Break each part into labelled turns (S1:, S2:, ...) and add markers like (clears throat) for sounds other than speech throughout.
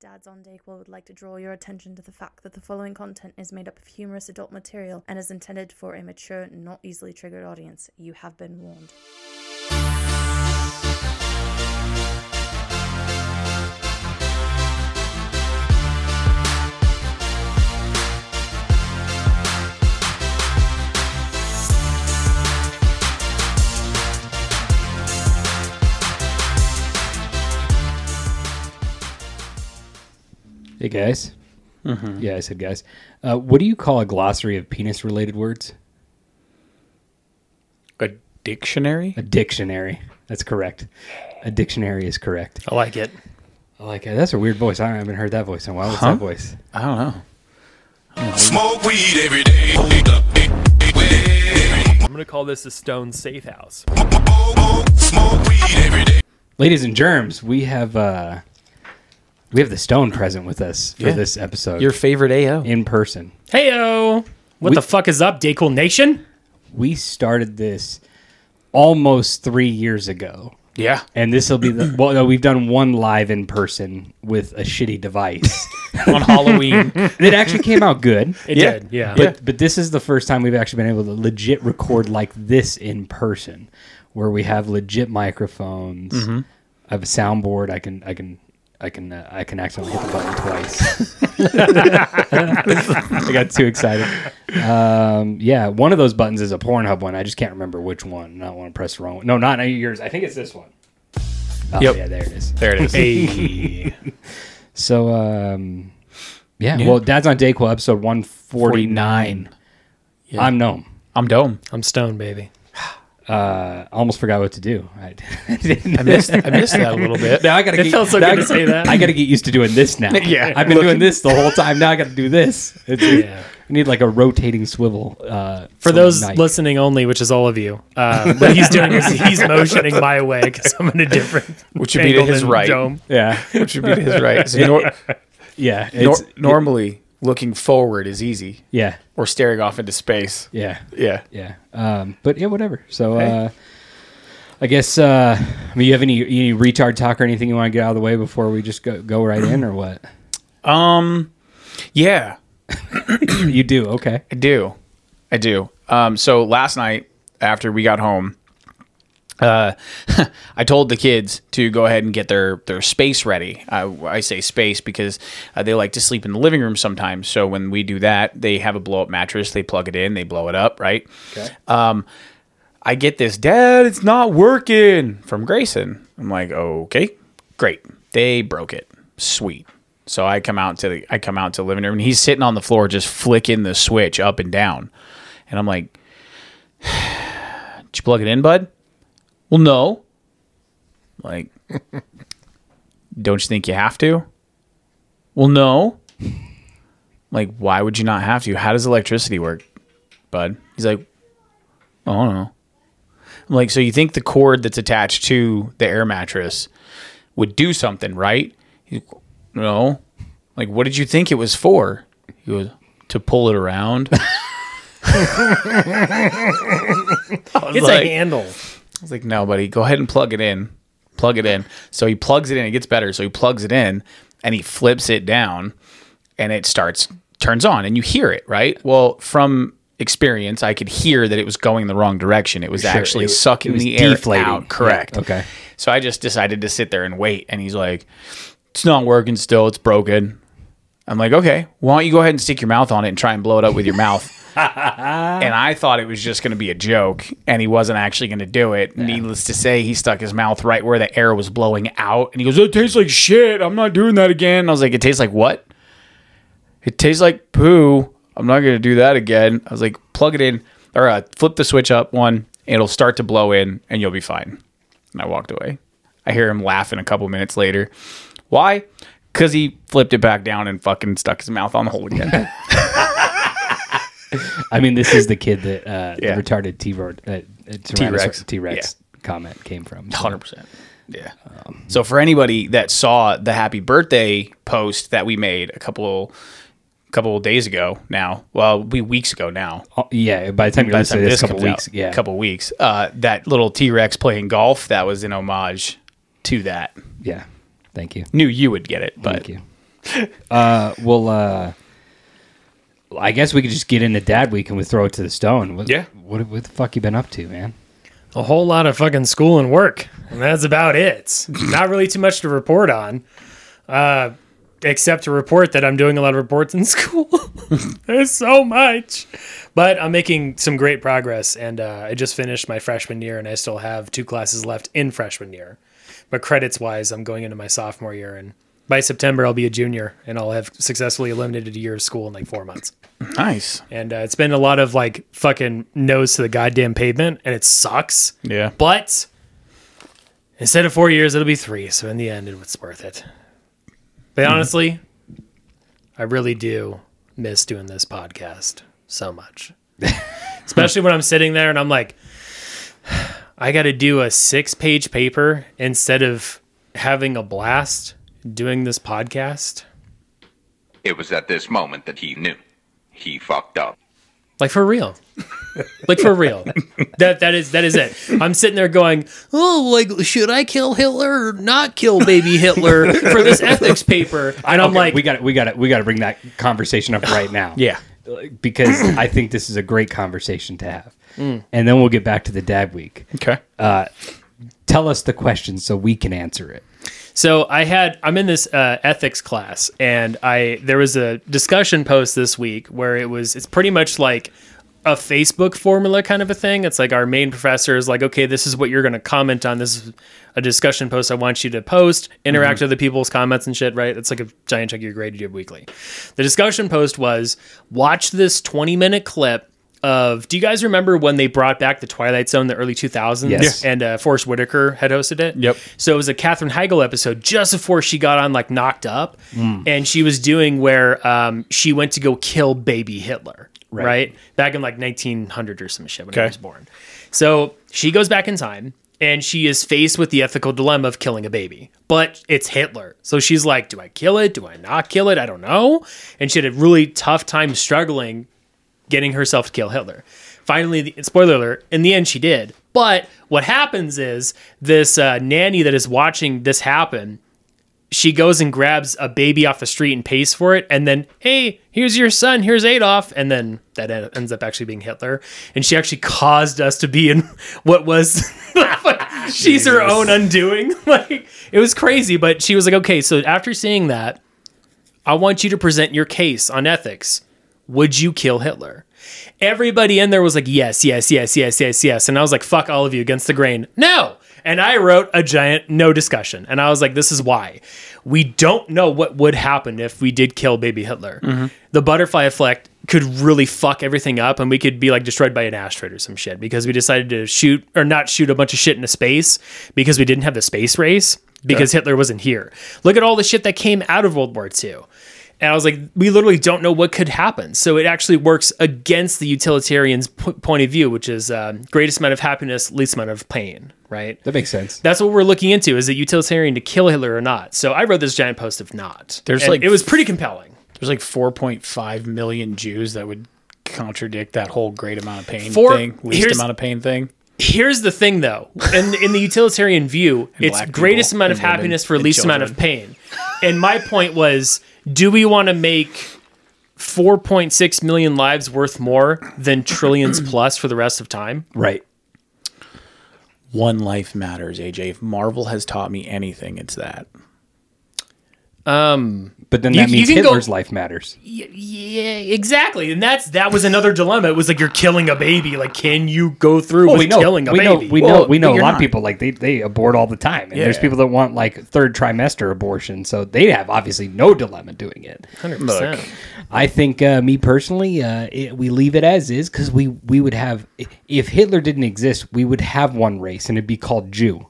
S1: Dads on Dayquil would like to draw your attention to the fact that the following content is made up of humorous adult material and is intended for a mature, not easily triggered audience. You have been warned.
S2: Hey guys.
S3: Mm-hmm.
S2: Yeah, I said guys. Uh, what do you call a glossary of penis-related words?
S3: A dictionary?
S2: A dictionary. That's correct. A dictionary is correct.
S3: I like it.
S2: I like it. That's a weird voice. I haven't heard that voice in a while. What's
S3: Huh?
S2: that voice?
S3: I don't know.
S4: Smoke weed every day. Hold up, eh, eh, eh.
S5: I'm gonna call this the Stone Safe House.
S4: Oh, oh, smoke weed every day.
S2: Ladies and germs, we have uh, we have the stone present with us for
S3: Yeah.
S2: this episode.
S3: Your favorite AO.
S2: in person.
S6: Heyo! What
S2: We-
S6: the fuck is up, Dayquil Nation?
S2: We started this almost three years ago.
S3: Yeah.
S2: And this will be
S3: (clears throat)
S2: the well. No, we've done one live in person with a shitty device.
S3: On Halloween.
S2: And it actually came out
S3: (laughs)
S2: good.
S6: (laughs) It
S3: Yeah.
S6: did, yeah.
S2: But but this is the first time we've actually been able to legit record like this in person, where we have legit microphones. I have a soundboard. I can I can I can uh, I can accidentally hit the button twice. (laughs) I got too excited. Um, yeah, one of those buttons is a Pornhub one. I just can't remember which one. Not want to press the wrong one. No, not yours. I think it's this one. Oh,
S3: Yep.
S2: Yeah, there it is.
S3: there it (laughs) is.
S6: Hey.
S2: So, um, yeah,
S3: Yeah.
S2: Well, Dad's on Dayquil episode one forty
S3: 49.
S2: nine. I'm Gnome.
S3: I'm Dome.
S6: I'm stoned, baby.
S2: Uh, I almost forgot what to do. I, (laughs) I didn't.
S3: I missed, I missed that a little bit.
S2: now I gotta.
S6: It
S2: get,
S6: felt so
S2: now
S6: good
S2: I
S6: to
S2: gotta-
S6: say that.
S2: I gotta get used to doing this
S6: (laughs)
S2: now.
S3: Yeah.
S2: I've been doing this the whole time. Now I gotta do (laughs) this. It's,
S6: Yeah.
S2: I need like a rotating swivel. Uh,
S6: For
S2: from
S6: those
S2: Nike.
S6: listening only, which is all of you, uh, what he's doing
S3: (laughs)
S6: is he's motioning my way because I'm in a different
S3: Which would be to
S6: angle
S3: his
S6: than
S3: right.
S6: Dome.
S2: yeah,
S3: (laughs) Which would be to his (laughs) right. So nor-
S2: yeah,
S6: (laughs)
S3: nor-
S2: it's,
S3: normally, looking forward is easy
S2: yeah,
S3: or staring off into space.
S2: yeah,
S3: Yeah.
S2: yeah. Um, but yeah, whatever. So, uh, I guess. Uh, I mean, you have any any retard talk or anything you want to get out of the way before we just go go right in or
S6: (clears throat)
S2: what?
S3: Um, yeah.
S2: you do okay.
S3: I do. I do. Um, so last night after we got home, uh, (laughs) I told the kids to go ahead and get their, their space ready. I, I say space because uh, they like to sleep in the living room sometimes. So when we do that, they have a blow up mattress. They plug it in, they blow it up, right? Okay. Um, I get this, Dad, it's not working from Grayson. I'm like, okay, great. They broke it. Sweet. So I come out to the I come out to the living room and he's sitting on the floor just flicking the switch up and down. And I'm like, Did you plug it in, bud? Well, no. Like, (laughs) don't you think you have to? Well, no. Like, why would you not have to? How does electricity work, bud? He's like, "Oh, I don't know. I'm like, so you think the cord that's attached to the air mattress would do something, right? He, no. Like, what did you think it was for? He goes, to pull it around. (laughs) I was
S6: It's
S3: like-
S6: a handle.
S3: I was like, no, buddy, go ahead and plug it in. Plug it in. So he plugs it in. It gets better. So he plugs it in and he flips it down and it starts, turns on and you hear it, right? Well, from experience, I could hear that it was going the wrong direction. It was actually
S2: it-
S3: sucking
S2: it was
S3: the air
S2: deflating.
S3: out. Correct.
S2: Yeah, okay.
S3: So I just decided to sit there and wait. And he's like, it's not working still. It's broken. I'm like, okay, why don't you go ahead and stick your mouth on it and try and blow it up with your mouth? and I thought it was just going to be a joke, and he wasn't actually going to do it. Needless to say, he stuck his mouth right where the air was blowing out, and he goes, "It tastes like shit. I'm not doing that again." And I was like, "It tastes like what? It tastes like poo. I'm not going to do that again." I was like, "Plug it in, or uh, flip the switch up one. and It'll start to blow in, and you'll be fine." And I walked away. I hear him laughing a couple minutes later. Why? Because he flipped it back down and fucking stuck his mouth on the hole again.
S2: I mean, this is the kid that uh,
S3: Yeah.
S2: the retarded T uh, Rex
S3: T-Rex.
S2: T Rex comment came from.
S3: Hundred percent. Yeah. so for anybody that saw the happy birthday post that we made a couple, couple days ago now, well, it'll be weeks ago now.
S2: Oh, yeah, by the time you
S3: By the
S2: listen
S3: time
S2: to this,
S3: this
S2: couple
S3: comes
S2: weeks,
S3: out,
S2: yeah,
S3: couple weeks. Uh, that little T Rex playing golf that was in homage to that.
S2: yeah. Thank you,
S3: Knew you would get it, but
S2: thank you. Uh, well, uh, I guess we could just get into Dad Week and we throw it to the stone. What,
S3: Yeah.
S2: What, what the fuck you been up to, man?
S6: a whole lot of fucking school and work, and that's about it. Not really too much to report on, uh, except to report that I'm doing a lot of reports in (laughs) school. There's so much, but I'm making some great progress, and uh, I just finished my freshman year, and I still have two classes left in freshman year. But credits wise, I'm going into my sophomore year, and by September I'll be a junior, and I'll have successfully eliminated a year of school in like four months
S3: Nice.
S6: and uh, it's been a lot of like fucking nose to the goddamn pavement, and it sucks.
S3: Yeah.
S6: But instead of four years, it'll be three. So in the end, it was worth it. But honestly, I really do miss doing this podcast so much, especially when I'm sitting there and I'm like, (sighs) I got to do a six-page paper instead of having a blast doing this podcast.
S7: It was at this moment that he knew. He fucked up.
S6: Like for real. like for real. That that is that is it. I'm sitting there going, "Oh, like should I kill Hitler or not kill baby Hitler for this ethics paper?" And I'm
S2: Okay,
S6: like,
S2: we got we got to we got to bring that conversation up right now.
S3: (sighs) Yeah.
S2: because I think this is a great conversation to have.
S3: Mm.
S2: And then we'll get back to the Dad Week.
S3: Okay.
S2: Tell us the question so we can answer it.
S6: So I had I'm in this uh, ethics class, and I there was a discussion post this week where it was it's pretty much like a Facebook formula kind of a thing. It's like our main professor is like, okay, this is what you're going to comment on. This is a discussion post I want you to post. Interact with the people's comments and shit, right? It's like a giant check your grade you do weekly. The discussion post was watch this 20 minute clip of. Do you guys remember when they brought back the Twilight Zone in the early 2000s?
S2: Yes.
S6: And uh, Forrest Whitaker had hosted it.
S3: Yep.
S6: So it was a Katherine Heigl episode just before she got on like knocked up, and she was doing where um, she went to go kill baby Hitler, right? Back in like 1900 or some shit when he
S3: Okay.
S6: was born. So she goes back in time and she is faced with the ethical dilemma of killing a baby, but it's Hitler. So she's like, do I kill it? Do I not kill it? I don't know. And she had a really tough time struggling getting herself to kill Hitler. Finally, the, spoiler alert, in the end, she did. But what happens is this uh, nanny that is watching this happen, she goes and grabs a baby off the street and pays for it. And then, hey, here's your son, here's Adolf. And then that en- ends up actually being Hitler. And she actually caused us to be in (laughs) what was. (laughs) She's her own undoing. (laughs) Like it was crazy, but she was like, "Okay, so after seeing that, I want you to present your case on ethics. Would you kill Hitler? Everybody in there was like, yes, yes, yes, yes, yes, yes. And I was like, fuck all of you against the grain. No. And I wrote a giant no discussion. And I was like, this is why. We don't know what would happen if we did kill baby Hitler. The butterfly effect could really fuck everything up and we could be like destroyed by an asteroid or some shit because we decided to shoot or not shoot a bunch of shit into space because we didn't have the space race because Hitler wasn't here. Look at all the shit that came out of World War II. And I was like, we literally don't know what could happen. So it actually works against the utilitarian's p- point of view, which is um, greatest amount of happiness, least amount of pain, right?
S2: That makes sense.
S6: That's what we're looking into. Is it utilitarian to kill Hitler or not? So I wrote this giant post of not.
S3: There's,
S6: And
S3: like,
S6: it was pretty compelling.
S3: There's like 4.5 million Jews that would contradict that whole great amount of pain
S6: Four-
S3: thing, least
S6: here's-
S3: amount of pain thing.
S6: Here's the thing, though. In, in the utilitarian view,
S3: (laughs)
S6: it's
S3: black people,
S6: greatest amount of
S3: and women,
S6: happiness for
S3: and
S6: least amount of pain. And my point was do we want to make 4.6 million lives worth more
S3: (clears throat)
S6: than trillions plus for the rest of time?
S2: Right.
S3: One life matters, AJ. If Marvel has taught me anything, it's that.
S2: But then
S6: You-
S2: that
S6: you
S2: means
S6: can go-
S2: Hitler's life matters.
S6: Yeah, exactly. And that's that was another dilemma. It was like you're killing a baby. Like, can you go through with killing a
S2: we
S6: baby?
S2: know, we
S3: Well,
S2: know, we know
S3: but
S2: a
S3: you're
S2: lot of
S3: not.
S2: people like they, they abort all the time, and there's
S3: Yeah.
S2: people that want like third trimester abortion, so they have obviously no dilemma doing it.
S6: 100%.
S3: Look.
S2: I think uh, me personally, uh, it, we leave it as is because we we would have if Hitler didn't exist, we would have one race and it'd be called Jew.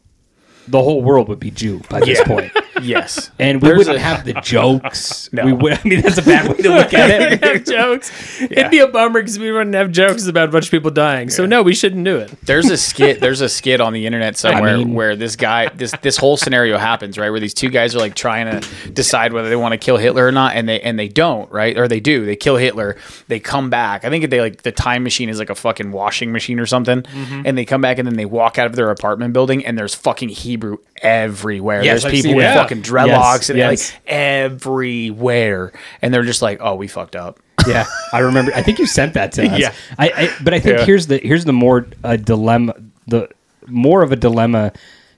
S2: The whole world would be Jew by this point,
S6: (laughs)
S3: Yes.
S2: and we
S3: There's
S2: wouldn't
S3: a-
S2: have the jokes. We would. I mean, that's a bad way to look
S6: (laughs)
S2: at
S6: We
S2: it.
S6: wouldn't
S3: (laughs)
S6: (laughs) have jokes. It'd be a bummer because we wouldn't have jokes about a bunch of people dying. So no, we shouldn't do it.
S3: There's a skit. There's a skit on
S2: (laughs)
S3: the internet somewhere
S2: mean-
S3: where this guy, this this whole scenario happens, right? Where these two guys are like trying to decide whether they want to kill Hitler or not, and they and they don't, right? Or they do. They kill Hitler. They come back. I think they like the time machine is like a
S2: Mm-hmm.
S3: fucking washing machine or something, and they come back and then they walk out of their apartment building and there's fucking Hebrew everywhere.
S2: Yes,
S3: There's
S2: I've
S3: people
S2: seen
S3: with
S2: that.
S3: fucking dreadlocks
S2: Yes,
S3: and
S2: yes.
S3: like everywhere, and they're just like, "Oh, we fucked up."
S2: Yeah, I remember. I think you sent that
S6: (laughs)
S2: to us.
S3: Yeah.
S2: I, I but I think
S3: Yeah.
S2: here's the here's the more uh, dilemma. The more of a dilemma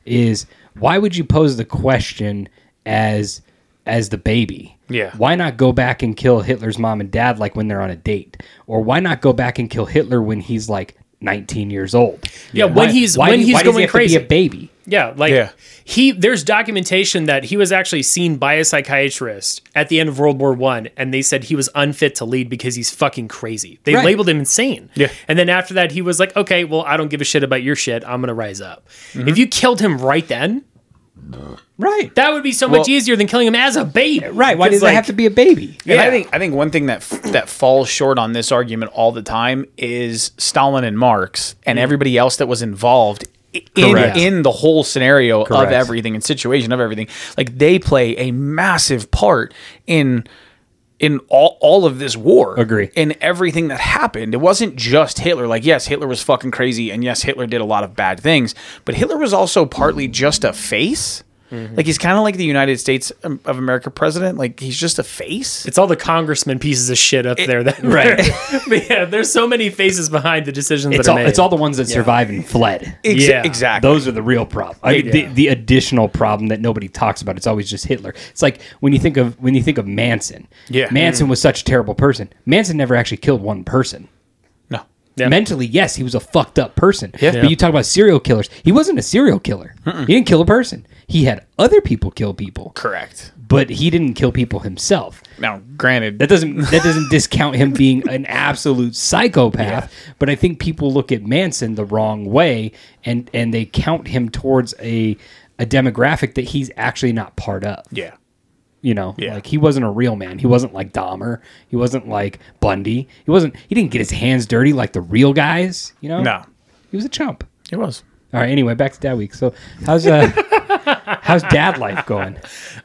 S2: is why would you pose the question as as the baby?
S6: Yeah.
S2: Why not go back and kill Hitler's mom and dad like when they're on a date, or why not go back and kill Hitler when he's like 19 years old?
S6: Yeah, when he's- when
S2: do-
S6: he's
S2: does he
S6: going
S2: have to
S6: crazy.
S2: be a baby.
S6: Yeah, like
S3: Yeah.
S6: he there's documentation that he was actually seen by a psychiatrist at the end of World War One, and they said he was unfit to lead because he's fucking crazy. They
S2: Right.
S6: labeled him insane.
S3: Yeah.
S6: and then after that, he was like, "Okay, well, I don't give a shit about your shit. I'm gonna rise up."
S3: Mm-hmm.
S6: If you killed him right then,
S2: Right.
S6: that would be so much
S3: Well-
S6: easier than killing him as a baby.
S2: Right. Why does
S6: Because,
S2: it have
S6: like,
S2: to be a baby?
S3: And I
S6: Yeah.
S3: think I think one thing that f- that falls short on this argument all the time is Stalin and Marx and everybody else that was involved i- in
S2: Mm-hmm. Correct.
S3: in the whole scenario of
S2: Correct.
S3: everything and situation of everything. Like they play a massive part in in all, all of this war.
S2: Agree.
S3: In everything that happened. It wasn't just Hitler. Like, yes, Hitler was fucking crazy, and yes, Hitler did a lot of bad things, but Hitler was also partly just a face.
S2: Mm-hmm.
S3: Like he's kind of like the United States um, of America president. Like he's just a face.
S6: It's all the congressman pieces of shit up
S2: (laughs)
S6: there. That, right. (laughs) but yeah, there's so many faces behind the decisions
S2: It's
S6: that are
S2: all,
S6: made.
S2: it's all the ones that survive and fled.
S3: Exa-
S6: Yeah.
S3: exactly.
S2: Those are the real problem. I, the, the additional problem that nobody talks about. It's always just Hitler. It's like when you think of when you think of Manson.
S3: Yeah.
S2: Manson was such a terrible person. Manson never actually killed one person.
S3: no.
S2: Mentally, yes, he was a fucked up person.
S3: Yeah.
S2: But you talk about serial killers. He wasn't a serial killer. He didn't kill a person. He had other people kill people,
S3: Correct.
S2: but he didn't kill people himself.
S3: Now, granted,
S2: That doesn't that doesn't discount him being an absolute psychopath, but I think people look at Manson the wrong way and and they count him towards a a demographic that he's actually not part of.
S3: yeah.
S2: You know,
S3: Yeah.
S2: like he wasn't a real man. He wasn't like Dahmer. He wasn't like Bundy. He wasn't he didn't get his hands dirty like the real guys, you know?
S3: No.
S2: He was a chump.
S3: It (laughs) was.
S2: All right, anyway, back to dad week. So, how's
S3: (laughs)
S2: uh how's dad life going?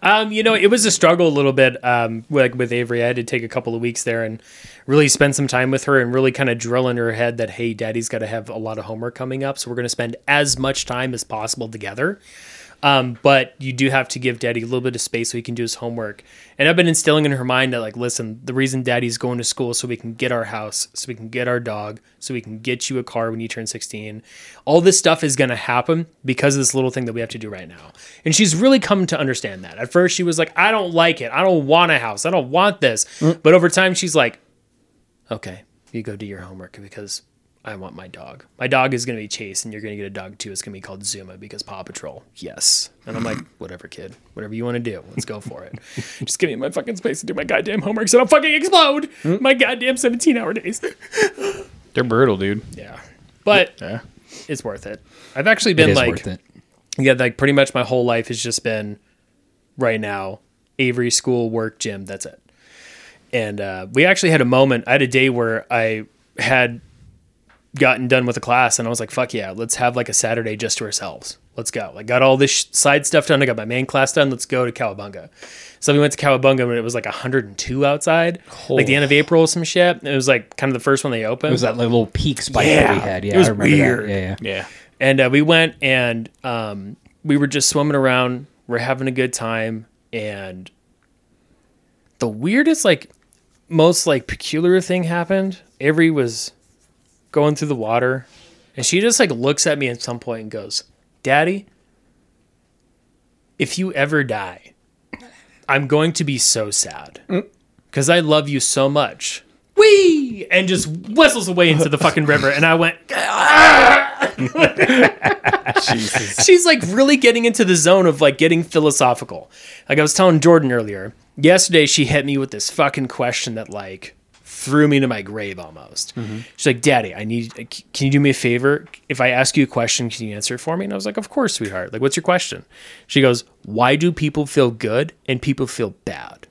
S6: Um, you know, it was a struggle a little bit. Um, like with Avery, I had to take a couple of weeks there and really spend some time with her and really kind of drill in her head that hey, Daddy's got to have a lot of homework coming up, so we're going to spend as much time as possible together. Um, but you do have to give Daddy a little bit of space so he can do his homework. And I've been instilling in her mind that like, listen, the reason Daddy's going to school is so we can get our house, so we can get our dog, so we can get you a car when you turn 16. All this stuff is going to happen because of this little thing that we have to do right now. And she's really come to understand that. At first, she was like, I don't like it. I don't want a house. I don't want this. But over time, she's like, okay, you go do your homework because I want my dog. My dog is going to be Chase, and you're going to get a dog too. It's going to be called Zuma because Paw Patrol. Yes. And I'm (laughs) like, whatever, kid. Whatever you want to do, let's go for it. (laughs) Just give me my fucking space to do my goddamn homework so I don't fucking explode my goddamn 17 hour (laughs) days.
S3: They're brutal, dude.
S6: Yeah. But it's worth it. I've actually been like, yeah, like pretty much my whole life has just been right now Avery school work gym. That's it. And uh, we actually had a moment. I had a day where I had gotten done with a class, and I was like, "Fuck yeah, let's have like a Saturday just to ourselves. Let's go." Like, got all this sh- side stuff done. I got my main class done. Let's go to Cowabunga. So we went to Cowabunga, and it was like 102 outside, like the end of April, or some shit. And it was like kind of the first one they
S2: It
S6: opened.
S2: was that like, little peak spike that we
S6: Yeah.
S2: had. Yeah,
S6: It was
S2: I remember that.
S6: weird.
S2: Yeah, yeah.
S3: Yeah.
S6: and uh, we went and um, we were just swimming around. We're having a good time, and the weirdest, like, most like peculiar thing happened. Avery was going through the water, and she just like looks at me at some point and goes, "Daddy, if you ever die, I'm going to be so sad because I love you so much." Whee! And just whistles away into the fucking river, and I went. (laughs) she's like really getting into the zone of like getting philosophical. Like I was telling Jordan earlier, yesterday she hit me with this fucking question that like threw me to my grave almost. She's like, "Daddy, I need. Can you do me a favor? If I ask you a question, can you answer it for me?" And I was like, "Of course, sweetheart. Like, what's your question?" She goes, "Why do people feel good and people feel bad?"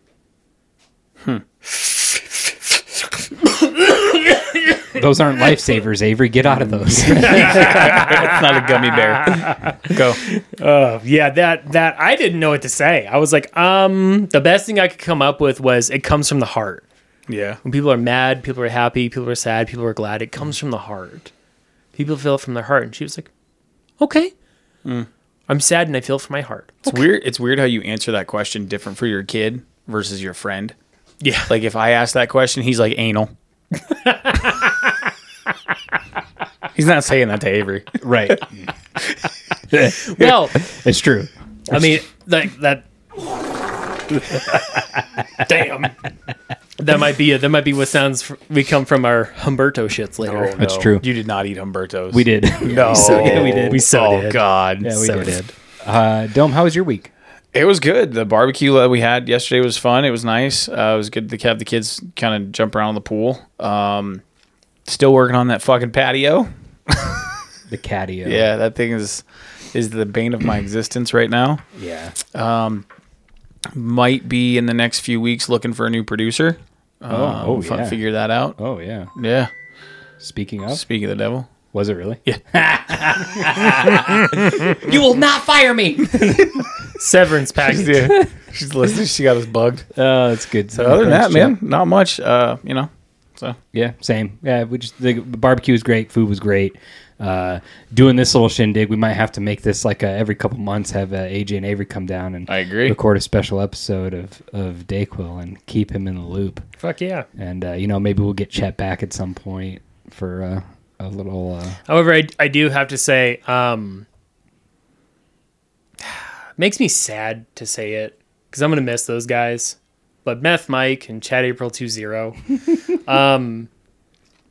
S2: Those
S6: (laughs)
S2: aren't lifesavers, Avery. Get out of
S3: (laughs)
S2: those.
S3: It's not a gummy bear. (laughs) Go.
S6: yeah, that that I didn't know what to say. I was like, um, the best thing I could come up with was it comes from the heart.
S3: Yeah.
S6: When people are mad, people are happy, people are sad, people are glad. It comes from the heart. People feel it from their heart. And she was like, okay. I'm sad and I feel it from my heart.
S3: It's weird. It's weird how you answer that question different for your kid versus your friend.
S6: Yeah.
S3: Like if I ask that question, he's like anal. (laughs) he's not saying that to Avery.
S2: (laughs) Right.
S6: well,
S2: it's true.
S6: I mean, like that. Damn. That might be it. That might be what sounds fr- we come from our Humberto shits later.
S2: That's true.
S3: You did not eat Humbertos.
S2: We did.
S3: (laughs) No,
S6: did. We did. We so
S3: oh
S6: did.
S3: God.
S2: Yeah, we
S6: So
S2: did.
S6: did.
S2: Uh, Dome, how was your week?
S3: It was good. The barbecue that we had yesterday was fun. It was nice. Uh, it was good to have the kids kind of jump around in the pool. Um, still working on that fucking patio.
S2: The catio.
S3: Yeah, that thing is is the bane of my existence right now.
S2: Yeah.
S3: Might be in the next few weeks looking for a new producer.
S2: oh, oh,
S3: If I
S2: yeah.
S3: Um, Figure that out.
S2: Oh, yeah.
S3: Yeah.
S2: Speaking of,
S3: Speak of the devil.
S2: was it really? (laughs)
S6: You will not fire me. Severance package.
S3: Yeah. She's listening. She got us bugged.
S2: Oh, that's good.
S3: So other than that, man, not much. Uh, you know. So
S2: Yeah, same. Yeah, we just the barbecue was great, food was great. Uh, doing this little shindig, we might have to make this like uh every couple months. Have uh, AJ and Avery come down and
S3: I agree.
S2: record a special episode of of Dayquil and keep him in the loop.
S6: Fuck yeah.
S2: And uh, you know, maybe we'll get Chet back at some point for uh, a little. Uh,
S6: However, I, I do have to say, um, (sighs) makes me sad to say it because I'm gonna miss those guys. But Meth Mike and Chad April two zero, um,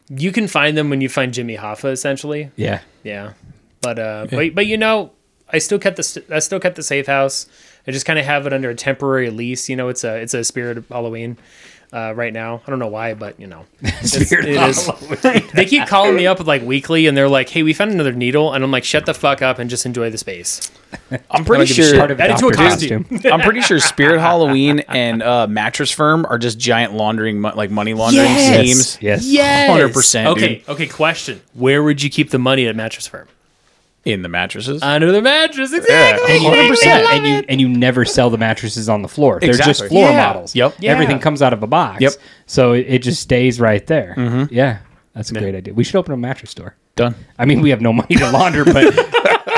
S6: you can find them when you find Jimmy Hoffa essentially.
S2: (laughs) yeah,
S6: Yeah, but uh, but but you know, I still kept the st- I still kept the safe house. I just kind of have it under a temporary lease. You know, it's a it's a spirit of Halloween. Uh, right now, I don't know why, but you know,
S2: Spirit (laughs)
S6: it is- they keep calling me up like weekly, and they're like, "Hey, we found another needle," and I'm like, "Shut the fuck up and just enjoy the space."
S3: I'm pretty
S2: give a
S3: sure
S2: shit. Part of
S6: Add it to a
S2: Doctor
S6: costume.
S2: Costume.
S3: I'm pretty sure Spirit Halloween and uh, Mattress Firm are just giant laundering, mo- like money laundering schemes.
S2: Yes.
S6: yes,
S3: 100%,
S6: Okay, okay. Question: Where would you keep the money at mattress firm?
S3: in the mattresses.
S6: Under the mattress,
S3: Yeah,
S6: exactly.
S3: 100%.
S2: and you and you never sell the mattresses on the floor. They're just
S3: Exactly.
S2: floor
S6: Yeah.
S2: models.
S3: Yep.
S6: Yeah.
S2: Everything comes out of a box.
S3: Yep. Mm-hmm.
S2: So it, it just stays right there. Yeah. That's a great idea. We should open a mattress store.
S3: Done.
S2: I mean, we have no money to launder,
S3: (laughs)
S2: but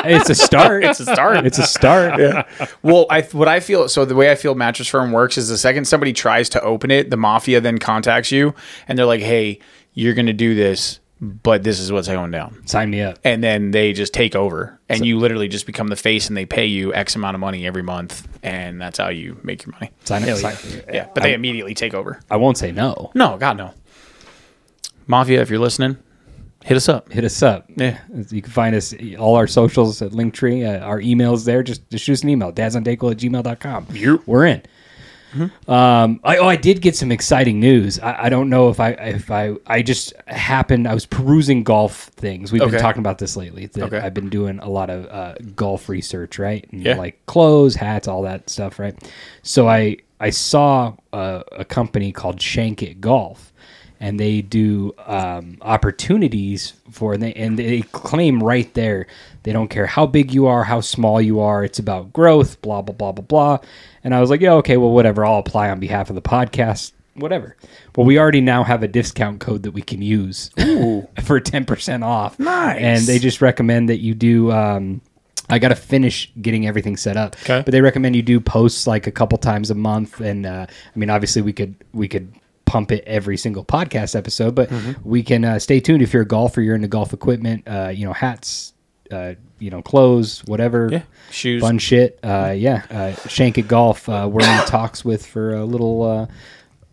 S2: it's a start. It's a
S3: start. (laughs)
S2: It's a start.
S3: Well, I what I feel so the way I feel mattress firm works is the second somebody tries to open it, the mafia then contacts you and they're like, "Hey, you're going to do this, but this is what's going down."
S2: Sign me up.
S3: And then they just take over, and you literally just become the face, and they pay you X amount of money every month, and that's how you make your money.
S2: Sign up. sign-
S3: Yeah, but they immediately take over.
S2: I won't say no.
S3: No, God no. Mafia, if you're listening, hit us up.
S2: Hit us up.
S3: Yeah.
S2: You can find us all our socials at Linktree. Uh, our emails there. Just, just shoot us an email. Dadsondakel at gmail.com. We're in.
S3: Mm-hmm.
S2: Um, I, oh, I did get some exciting news. I, I don't know if I if I I just happened. I was perusing golf things. We've
S3: Okay.
S2: been talking about this lately. That
S3: Okay.
S2: I've been doing a lot of uh, golf research, right? And
S3: Yeah.
S2: Like clothes, hats, all that stuff, right? So I I saw a, a company called Shank It Golf, and they do um, opportunities for and they and they claim right there they don't care how big you are, how small you are. It's about growth, blah blah blah blah blah. And I was like, yeah, okay, well, whatever. I'll apply on behalf of the podcast. Whatever. Well, we already now have a discount code that we can use (laughs) for ten percent off. Nice. And they just recommend that you do. Um, I got to finish getting everything set up.
S3: Okay.
S2: But they recommend you do posts like a couple times a month, and uh, I mean, obviously, we could we could pump it every single podcast episode, but
S3: Mm-hmm.
S2: we can uh, stay tuned if you're a golfer, you're into golf equipment, uh, you know, hats, uh, you know, clothes, whatever.
S3: Yeah. Shoes.
S2: Fun shit. Uh, yeah. Uh, Shank at Golf, uh, we're in (coughs) talks with for a little. Uh,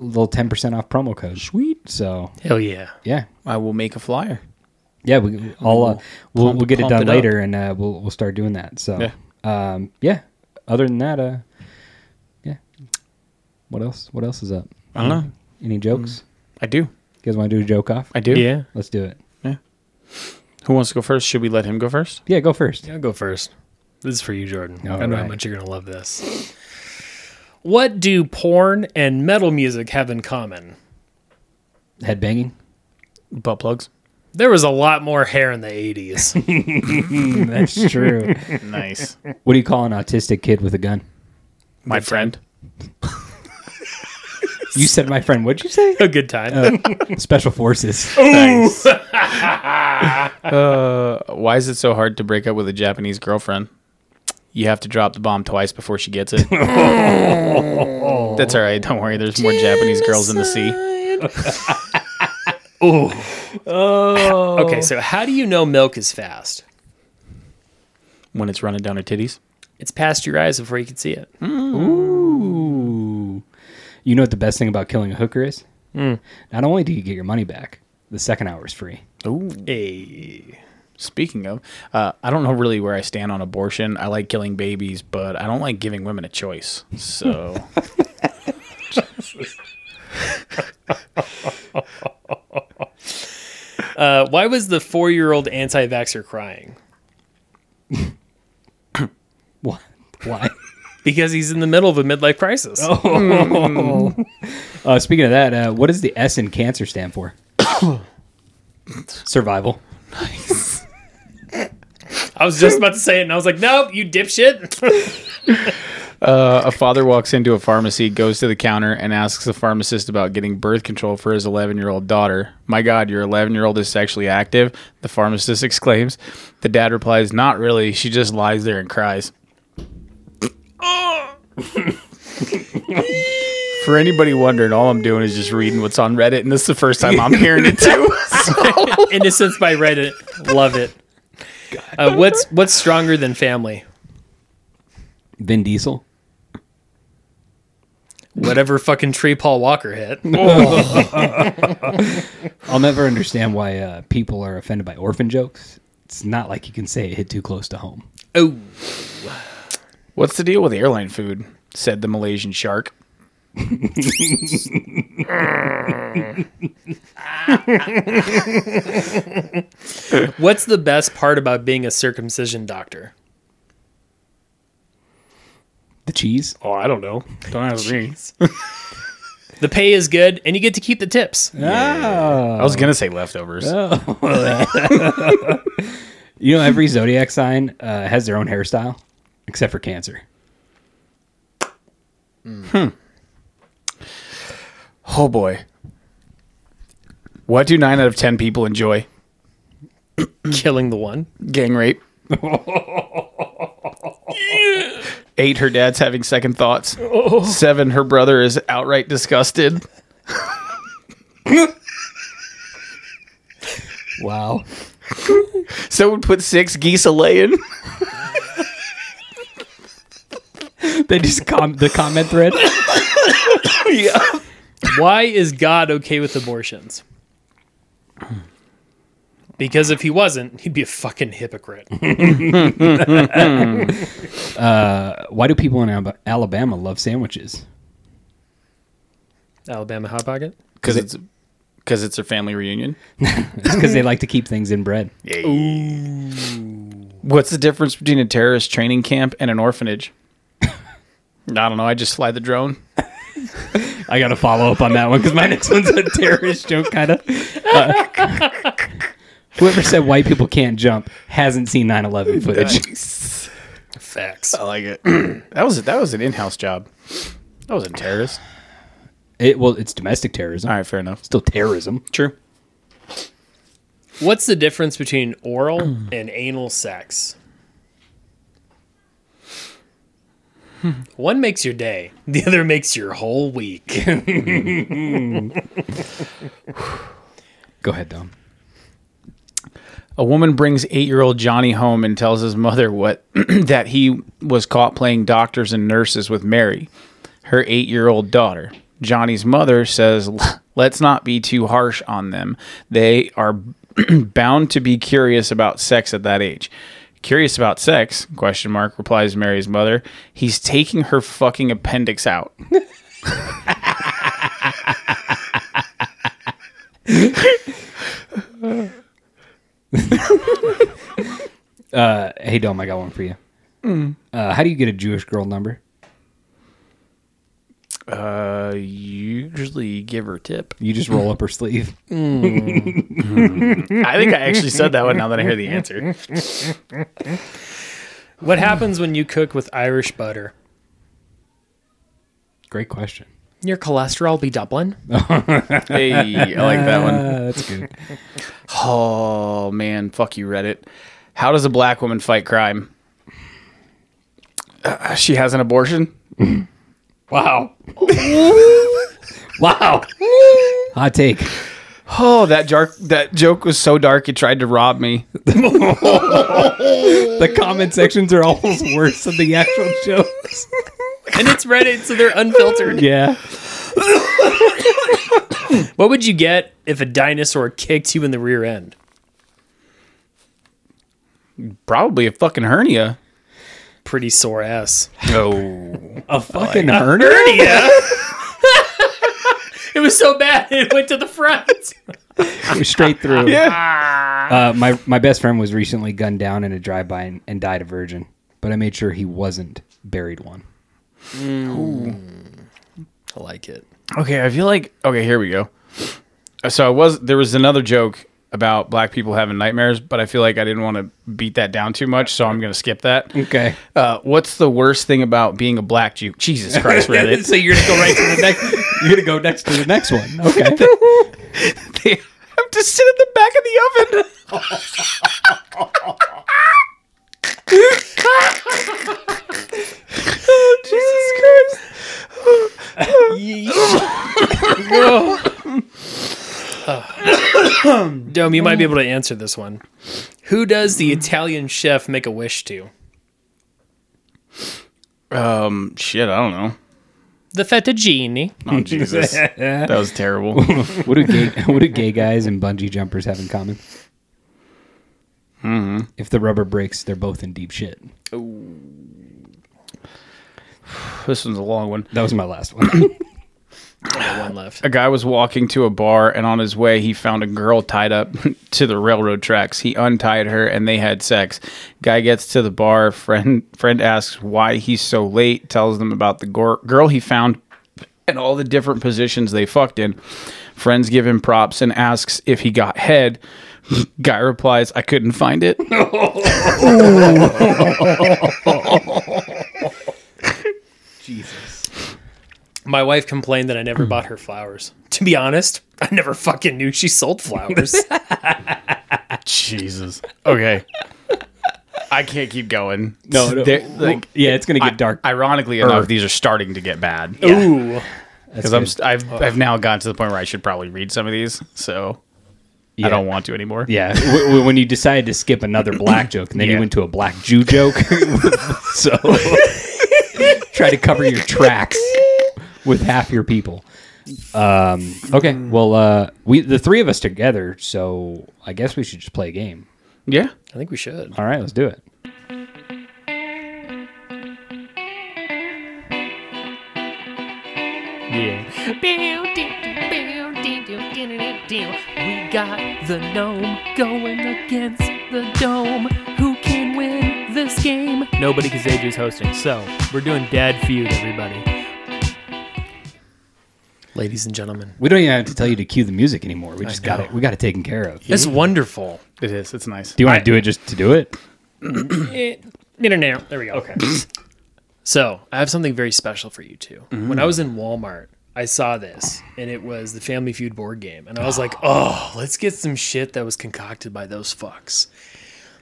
S2: little 10% off promo code sweet so
S6: Hell yeah.
S2: yeah
S3: I will make a flyer.
S2: yeah, we all uh, we'll
S3: pump-
S2: we'll get it
S3: pump
S2: done
S3: it up.
S2: later, and uh, we'll we'll start doing that. So, um, yeah. Other than that, uh, yeah. What else? What else is up?
S3: I don't know.
S2: Any jokes?
S3: I do.
S2: You guys want to do a joke off?
S3: I do.
S6: Yeah.
S2: Let's do it.
S3: Who wants to go first? Should we let him go first?
S2: Yeah, go first.
S6: I'll go first. This is for you, Jordan.
S2: All
S6: I know how
S2: right.
S6: much you're going to love this. What do porn and metal music have in common?
S2: Head banging.
S3: Butt plugs.
S6: There was a lot more hair in the (laughs) 80s.
S2: That's
S3: (laughs)
S2: true.
S3: Nice.
S2: what do you call an autistic kid with a gun?
S3: My friend.
S2: You said my friend. What'd you
S3: (laughs)
S2: say?
S6: a good time.
S2: Special forces.
S3: Oh. Nice. uh, why is it so hard to break up with a Japanese girlfriend? you have to drop the bomb twice before she gets (laughs) it. That's all right. Don't worry. There's more Japanese girls in the sea.
S6: Uh. (laughs) Okay, so how do you know milk is fast?
S3: When it's running down her titties.
S6: It's past your eyes before you can see it.
S2: You know what the best thing about killing a hooker is?
S3: Mm.
S2: Not only do you get your money back, the second hour is free.
S6: Hey.
S3: Speaking of, uh, I don't know really where I stand on abortion. I like killing babies, but I don't like giving women a choice. So
S6: Uh, why was the four year old anti vaxxer crying?
S2: What? Why?
S6: Because he's in the middle of a midlife crisis.
S2: uh, speaking of that, uh, what does the S in cancer stand for? Survival.
S6: I was just about to say it, and I was like, nope, you dipshit.
S3: a father walks into a pharmacy, goes to the counter, and asks the pharmacist about getting birth control for his 11 year old daughter. My God, your 11 year old is sexually active, the pharmacist (laughs) exclaims. The dad replies, Not really. She just lies there and (laughs) cries. For anybody wondering, all I'm doing is just reading what's on Reddit, and this is the first time I'm hearing it (laughs) too.
S6: Innocence by Reddit. Love it. Uh, what's what's stronger than family?
S2: Vin Diesel.
S6: Whatever fucking tree Paul Walker hit.
S2: I'll never understand why uh, people are offended by orphan jokes. It's not like you can say it hit too close to home.
S6: Oh,
S3: What's the deal with airline food? said the Malaysian shark.
S6: what's the best part about being a circumcision doctor?
S2: The cheese.
S3: Oh, I don't know. Don't ask me.
S6: The pay is good, and you get to keep the tips.
S3: I was gonna say leftovers.
S2: You know, every zodiac sign uh, has their own hairstyle, except for Cancer.
S3: Oh boy. What do nine out of ten people enjoy?
S6: Killing the one.
S3: Gang (laughs) rape. Eight, her dad's having second thoughts. Seven, her brother is outright disgusted.
S2: Wow.
S3: Someone put six geese a (laughs) laying.
S2: (laughs) they just com- the comment thread.
S6: Why is God okay with abortions? Because if he wasn't, he'd be a fucking hypocrite.
S2: Why do people in Alab- Alabama love sandwiches?
S6: Alabama Hot Pocket?
S3: Because it's because it's their family reunion.
S2: It's because they like to keep things in bread.
S3: What's the difference between a terrorist training camp and an (laughs) orphanage? I don't know. I just fly the drone.
S2: I got to follow up on that one because my next one's a terrorist joke, kind of. whoever said white people can't jump hasn't seen 9 11 footage.
S6: Facts.
S3: I like it. (clears throat) that was that was an in-house job. That wasn't terrorist.
S2: It, well, it's domestic terrorism.
S3: All right, fair enough.
S2: Still terrorism.
S3: True.
S6: What's the difference between oral and anal sex? One makes your day, the other makes your whole week. (laughs)
S2: Go ahead, Dom.
S3: A woman brings eight-year-old Johnny home and tells his mother what (clears throat) that he was caught playing doctors and nurses with Mary, her eight-year-old daughter. Johnny's mother says, "Let's not be too harsh on them. They are (clears throat) bound to be curious about sex at that age." Curious about sex? Question mark replies Mary's mother. He's taking her fucking appendix out.
S2: Hey, Dom, I got one for you. Uh, how do you get a Jewish girl number?
S3: Uh, usually give her tip.
S2: You just roll up her sleeve.
S3: I think I actually said that one. Now that I hear the answer,
S6: What happens when you cook with Irish butter?
S2: Great question.
S6: Your cholesterol be doubling?
S3: hey, I like that one.
S2: Uh, that's
S3: (laughs)
S2: good.
S3: Oh man, fuck you, Reddit. How does a black woman fight crime? uh, she has an abortion.
S2: Wow. (laughs) wow. Hot take.
S3: Oh, that dark that joke was so dark it tried to rob me.
S2: The comment sections are almost worse than the actual jokes.
S6: (laughs) and it's Reddit, so they're (laughs) unfiltered.
S2: Yeah.
S6: What would you get if a dinosaur kicked you in the rear end?
S3: Probably a fucking hernia.
S6: Pretty sore ass.
S3: No.
S2: A fucking hernia?
S6: Yeah. it was so bad (laughs) it went to the front.
S2: Straight through.
S3: yeah.
S2: Uh, my, my best friend was recently gunned down in a drive by and, and died a virgin, but I made sure he wasn't buried one.
S6: I like it.
S3: Okay, I feel like okay, here we go. Uh, So I was there was another joke about black people having nightmares, but I feel like I didn't want to beat that down too much, so I'm going to skip that.
S2: Okay.
S3: Uh, what's the worst thing about being a black Jew? Jesus (laughs) Christ, Reddit.
S2: so you're gonna go right to the Uh, next. You're gonna go next to the next one. Okay.
S3: (laughs) I'm just sitting in the back of the oven. (laughs)
S6: Dome, you might
S5: Mm.
S6: be able to answer this one. Who does the Italian chef make a wish to?
S3: Um, shit, I don't know.
S6: The fettuccine.
S3: Oh Jesus, that was terrible.
S2: what do gay (laughs) What do gay guys and bungee jumpers have in common? If the rubber breaks, they're both in deep shit.
S3: this one's a long one.
S2: That was my last one.
S6: One left.
S3: A guy was walking to a bar, and on his way, he found a girl tied up (laughs) to the railroad tracks. He untied her, and they had sex. Guy gets to the bar. Friend friend asks why he's so late. Tells them about the gor- girl he found and all the different positions they fucked in. Friends give him props and asks if he got head. (laughs) Guy replies, "I couldn't find it."
S6: My wife complained that I never bought her flowers. To be honest, I never fucking knew she sold
S5: (laughs)
S6: flowers.
S3: (laughs) Jesus. Okay. (laughs) I can't keep going.
S2: no, no.
S3: They're, like,
S2: yeah, it's gonna get dark.
S3: Ironically enough, these are starting to get bad.
S6: Ooh.
S3: because I'm st- I've I've now gotten to the point where I should probably read some of these, so
S2: yeah.
S3: I don't want to anymore.
S2: Yeah, (laughs) w- w- when you decided to skip another black joke and then you
S3: Yeah.
S2: went to a black Jew joke, (laughs) so (laughs) try to cover your tracks with half your people. Um, okay, well, uh, we the three of us together, so I guess we should just play a game.
S3: yeah.
S6: I think we should.
S2: All right, let's do it.
S8: We got the gnome going against the dome. Who can win this game?
S5: Nobody because AJ's hosting. So we're doing Dad Feud, everybody.
S6: Ladies and gentlemen.
S2: We don't even have to tell you to cue the music anymore. We just got it. We got it taken care of.
S6: That's wonderful.
S3: It is. It's nice.
S2: Do you want to do it just to do it?
S6: No, no, no. There we go. Okay. (clears throat) so I have something very special for you two. When I was in Walmart, I saw this, and it was the Family Feud board game, and I (gasps) was like, "Oh, let's get some shit that was concocted by those fucks."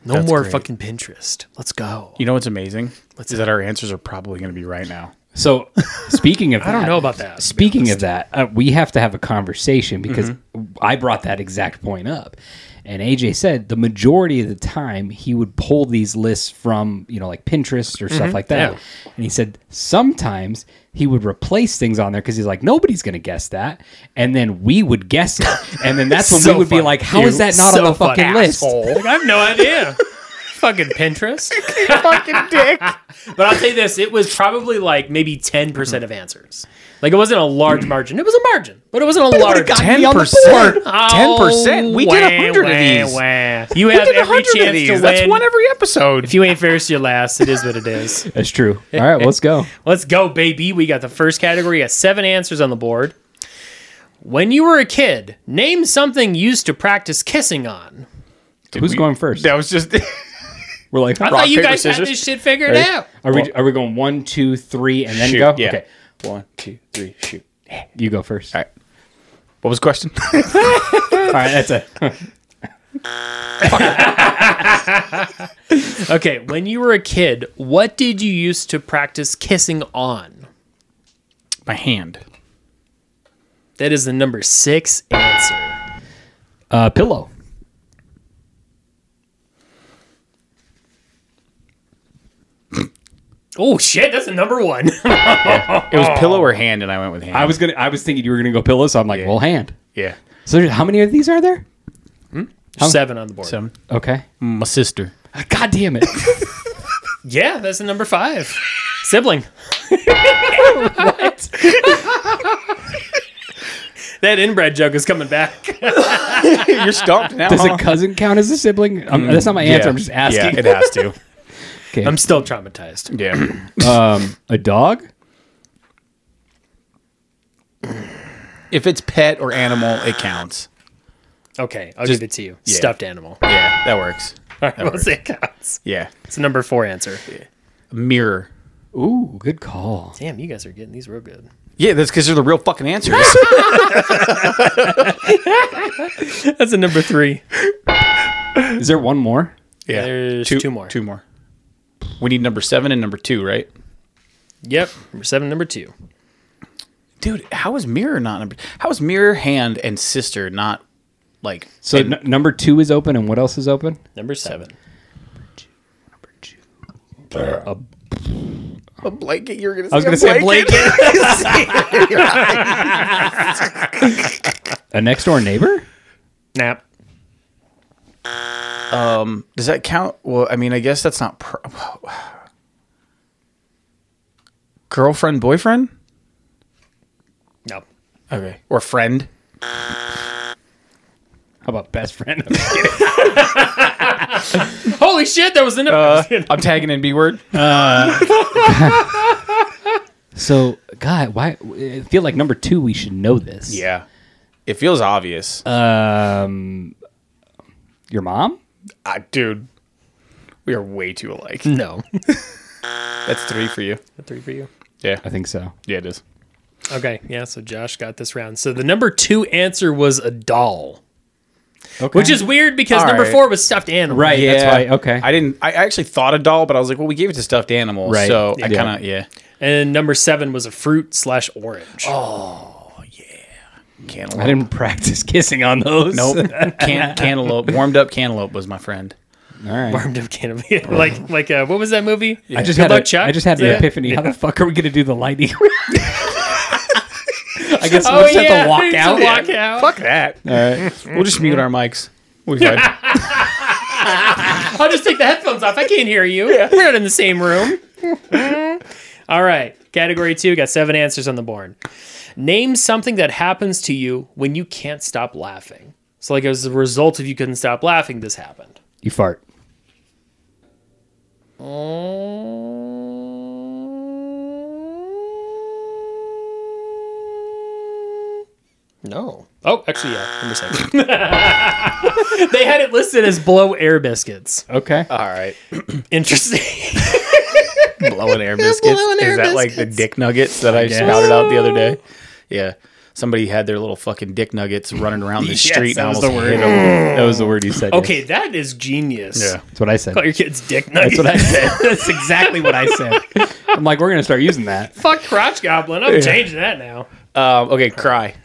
S6: No more fucking Pinterest. Let's go.
S3: You know what's amazing is that our answers are probably going to be right now.
S2: So, speaking of,
S6: (laughs) I don't know about that. to be
S2: Speaking
S6: honest.
S2: of that, uh, we have to have a conversation because I brought that exact point up. And AJ said the majority of the time he would pull these lists from, you know, like Pinterest or
S6: Mm-hmm.
S2: stuff like that. And he said sometimes he would replace things on there because he's like, nobody's going to guess that. And then we would guess it. And then that's when
S6: (laughs) (laughs) So
S2: we would be
S6: funny.
S2: like, how is that not
S6: So
S2: on the fucking
S6: funny.
S2: list?
S6: Like, I have no idea. (laughs) fucking Pinterest. (laughs) fucking dick. (laughs) But I'll say this: it was probably like maybe ten percent of answers. Like it wasn't a large margin. It was a margin, Mm-hmm. but it wasn't a large.
S2: got
S3: Ten
S2: me on the
S3: percent.
S6: (laughs)
S2: board.
S6: Oh,
S3: Ten percent. We did a hundred of these.
S6: these. You
S3: We
S6: have
S3: did a
S6: every
S3: hundred of
S6: chance to
S3: these.
S6: win.
S3: That's one every episode.
S6: if you ain't first, you're last. It is what it is.
S2: That's true. All right, well, let's go.
S6: (laughs) Let's go, baby. We got the first category. We got seven answers on the board. When you were a kid, name something you used to practice kissing on.
S2: Who's going first?
S3: that was just. (laughs)
S2: We're like,
S6: I thought you
S3: paper,
S6: guys had
S3: scissors?
S6: this shit figured out.
S2: are we, are we going one, two, three, and then
S3: Shoot,
S2: go?
S3: yeah.
S2: Okay,
S3: One, two, three, shoot.
S2: you go first.
S3: All right. What was the question?
S2: All right, that's it.
S6: Okay, when you were a kid, what did you used to practice kissing on?
S3: (laughs) My hand.
S6: That is the number six answer.
S2: (laughs) Uh, pillow.
S6: Oh shit, that's the number one. (laughs)
S3: It was pillow or hand, and I went with hand.
S2: I was gonna. I was thinking you were gonna go pillow, so I'm like, well, hand.
S3: yeah.
S2: So there's- how many of these are there?
S6: Seven on the board.
S3: Seven.
S2: Okay.
S3: My sister.
S2: Mm. God damn it.
S6: Yeah, that's the number five. Sibling. what? that inbred joke is coming back.
S3: (laughs) You're stumped now.
S2: (laughs) Does a cousin count as a sibling? Um, that's not my answer. I'm just asking.
S3: Mm. Yeah, it has (laughs) to.
S6: I'm still traumatized.
S3: Yeah.
S2: a dog.
S3: if it's pet or animal, it counts.
S6: Okay, I'll give it to you.
S3: yeah.
S6: Stuffed animal.
S3: Yeah, that works.
S6: We'll see it counts.
S3: Yeah.
S6: It's the number four answer.
S3: Mirror.
S2: Ooh, good call.
S6: Damn, you guys are getting these real good.
S3: Yeah, that's because they're the real fucking answers.
S6: (laughs)
S3: (laughs)
S6: That's the number three.
S2: Is there one more?
S3: yeah.
S6: There's two more.
S3: Two more. We need number seven and number two, right?
S6: Yep, number seven, number two.
S3: Dude, how is mirror not number? How is mirror, hand, and sister not like?
S2: So n- number two is open, and what else is open?
S6: Number seven.
S3: A blanket. You're gonna.
S2: I was gonna say a blanket.
S6: (laughs)
S2: a next door neighbor.
S6: Nap.
S3: Does that count? Well, I mean, I guess that's not. Pr- (sighs) Girlfriend, boyfriend,
S6: No.
S3: okay, or friend.
S2: How about best friend?
S6: Holy shit, that was the number.
S3: I'm tagging in B word.
S2: so, God, why? I feel like number two, we should know this.
S3: (laughs) yeah, it feels obvious. Uh,
S2: Um, your mom?
S3: Ah, dude, we are way too alike.
S6: (laughs) no.
S3: That's three for you.
S6: Three for you.
S3: Yeah,
S2: I think so.
S3: yeah, it is.
S6: Okay, yeah, so Josh got this round. So the number two answer was a doll. Which is weird because
S3: All
S6: number
S3: right.
S6: four was stuffed animal.
S2: Right. That's why. Okay.
S3: I didn't. I actually thought a doll, but I was like, well, we gave it to stuffed animals,
S2: Right.
S3: so I
S2: Yeah.
S3: kind of yeah.
S6: And number seven was a fruit slash orange.
S2: Oh. I
S3: Cantaloupe.
S2: didn't practice kissing on those.
S3: (laughs) Nope. Can- cantaloupe. Warmed up cantaloupe was my friend.
S2: (laughs) All right.
S6: (laughs) Armed up canopy. (laughs) like like uh, what was that movie?
S2: I just
S6: Good
S2: had a,
S6: luck, Chuck.
S2: I just had
S6: Is
S2: an
S6: that it?
S2: epiphany. How the fuck are we gonna do the lighting?
S6: (laughs)
S2: I guess
S6: Oh,
S2: we'll just have
S6: yeah,
S2: to walk
S6: (laughs) it's a
S2: out.
S6: walk out.
S3: Fuck that. All right. We'll just mute our mics. We'll (laughs) be fine.
S6: I'll just take the headphones off. I can't hear you. We're not in the same room. (laughs) All right. Category two got seven answers on the board. Name something that happens to you when you can't stop laughing. So, like, as a result of you couldn't stop laughing, this happened.
S2: You fart.
S6: No. Oh, actually, yeah. Number seven.
S2: (laughs)
S6: they had it listed as blow air biscuits.
S2: Okay.
S3: All right.
S6: Interesting. (laughs)
S3: Blowing air biscuits. Is that like the dick nuggets that I, spouted out the other day? Yeah. Somebody had their little fucking dick nuggets running (laughs) around the street.
S2: that
S3: and I
S2: was
S3: almost
S2: the word.
S3: hit 'em.
S2: that was the word you said.
S6: Okay, that is genius.
S3: Yeah.
S2: That's what I said.
S6: Call your kids dick nuggets.
S2: That's (laughs) what I said. That's exactly what I said. I'm like, we're gonna start using that.
S6: (laughs) Fuck crotch goblin. I'm changing that now.
S3: Um, okay, cry.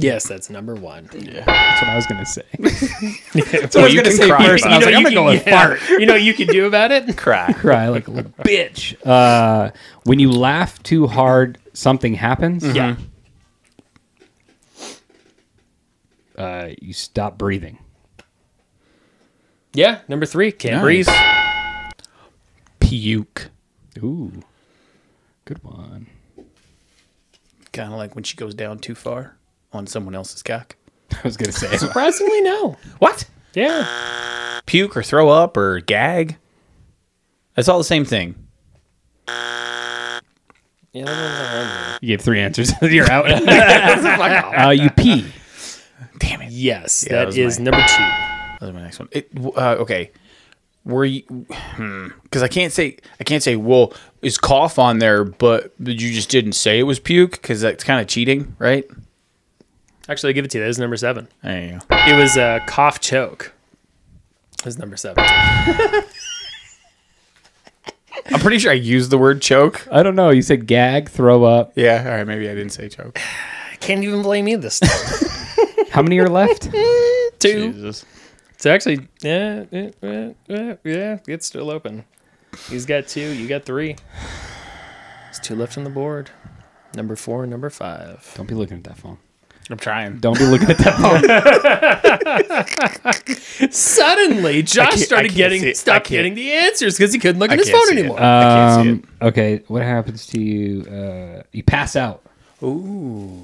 S6: Yes, that's number one.
S2: That's what I was gonna (laughs) say. That's
S3: Well,
S2: what I was gonna
S3: you can
S2: say
S3: cry.
S2: first. and I was like,
S6: You
S2: I'm
S6: know you
S2: gonna go with
S6: can-
S2: fart.
S6: yeah. You know what you can do about it? Uh-huh.
S3: Cry.
S2: (laughs) Cry like a little (laughs) bitch. Uh, when you laugh too hard, something happens.
S6: Yeah.
S2: Uh, you stop breathing.
S6: Yeah. Number three, can't
S3: Nice.
S6: breathe.
S3: Puke.
S2: Ooh, good one. (laughs)
S3: Kind of like when she goes down too far on someone else's cock.
S2: I was gonna say.
S6: Surprisingly, no.
S3: What?
S6: Yeah.
S3: Puke or throw up or gag? That's all the same thing.
S2: You gave three answers. (laughs) You're out.
S3: (laughs)
S2: uh, you pee.
S3: Damn it.
S6: Yes,
S3: that
S6: that
S3: was
S6: is
S3: my-
S6: number two.
S3: That was my next one. It, w- uh, okay. Were you? Because I can't say I can't say. Well, is cough on there? But you just didn't say it was puke because that's kind of cheating, right?
S6: Actually, I give it to you. That is number seven.
S3: There you go.
S6: It was a cough choke. is number seven.
S3: I'm pretty sure I used the word choke.
S2: I don't know. You said gag, throw up.
S3: Yeah. All right. Maybe I didn't say choke.
S6: Can't even blame me this (laughs) time.
S2: How many are left? (laughs)
S6: Two.
S3: Jesus.
S6: It's actually yeah, yeah, yeah, yeah, yeah, it's still open. He's got two. You got three. There's two left on the board. Number four, and number five.
S2: don't be looking at that phone.
S3: I'm trying.
S2: Don't be looking at that phone.
S3: (laughs)
S6: Suddenly, Josh
S3: can't- I
S6: started
S3: can't
S6: getting
S3: see it. I
S6: stopped
S3: can't-
S6: getting the answers because he couldn't look at his
S3: can't
S6: phone
S3: see it.
S6: anymore.
S3: I can't see
S2: Um, Okay, what happens to you? Uh, you pass out.
S6: Was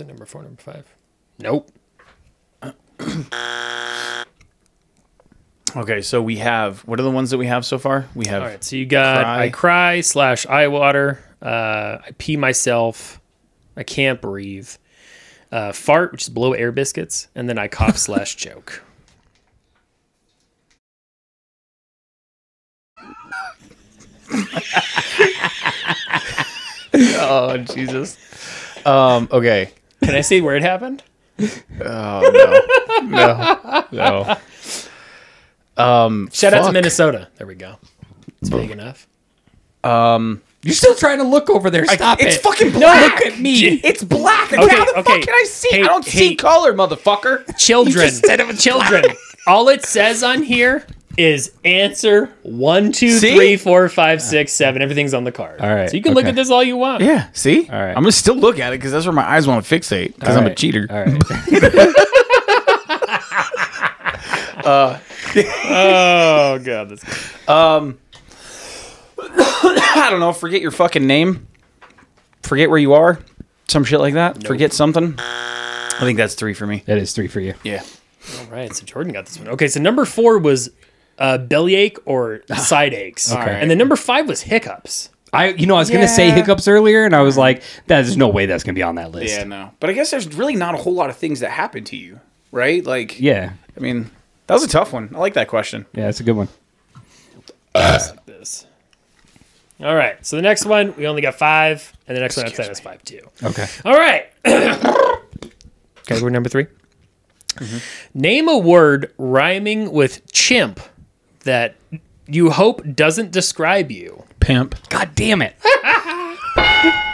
S6: it number four, number five? Nope.
S3: Okay. So we have. What are the ones that we have so far? We have.
S6: All right, so you got
S3: Cry.
S6: I cry slash eye water. Uh, I pee myself. I can't breathe. Uh, fart, which is blow air biscuits, and then
S3: (laughs)
S6: I cough slash choke.
S3: Oh Jesus. Um. Okay.
S6: Can I say where it happened? Oh.
S3: No.
S6: Shout out to
S3: Fuck.
S6: Minnesota. There we go. It's big enough.
S2: You're still trying to look over there. Stop
S3: it's
S2: it.
S3: fucking
S2: No,
S3: black.
S2: look at me.
S3: It's black.
S6: Okay,
S3: How the
S6: okay.
S3: fuck can I see?
S6: Hey,
S3: I don't
S6: hey.
S3: see color, motherfucker.
S6: Children.
S3: You just said it was
S6: children.
S3: (laughs)
S6: All it says on here is answer one, two,
S3: See? Ah.
S6: three, four, five, six, seven. Everything's on the card.
S2: All right,
S6: So you can look
S2: okay.
S6: at this all you want.
S3: (laughs) Yeah. See.
S2: All right.
S3: I'm gonna still look at it because that's where my eyes want to fixate. Because I'm a
S2: Alright,
S3: cheater.
S2: All right.
S6: Oh god. That's
S3: I don't know. Forget your fucking name. Forget where you are. Some shit like that. Forget something. I think that's three for me.
S2: that is three for you.
S3: Yeah.
S6: All right, so Jordan got this one. Okay, so number four was uh, bellyache
S2: (laughs)
S6: or side aches,
S2: Okay.
S6: and then number five was hiccups.
S2: I, you know, I was gonna say
S3: Yeah.
S2: hiccups earlier, and I was like, "That is no way that's gonna be on that list."
S3: Yeah. No. But I guess there's really not a whole lot of things that happen to you, right? Like.
S2: yeah,
S3: I mean, that was a tough one. I like that question.
S2: Yeah, that's a good one. Uh.
S6: Like this. All right, so the next one we only got five, and the next one after that is five too.
S2: Okay.
S6: All (coughs) right. Category number 3
S2: Mm-hmm.
S6: Name a word rhyming with chimp that you hope doesn't describe you.
S3: Pimp.
S2: God damn it. (laughs)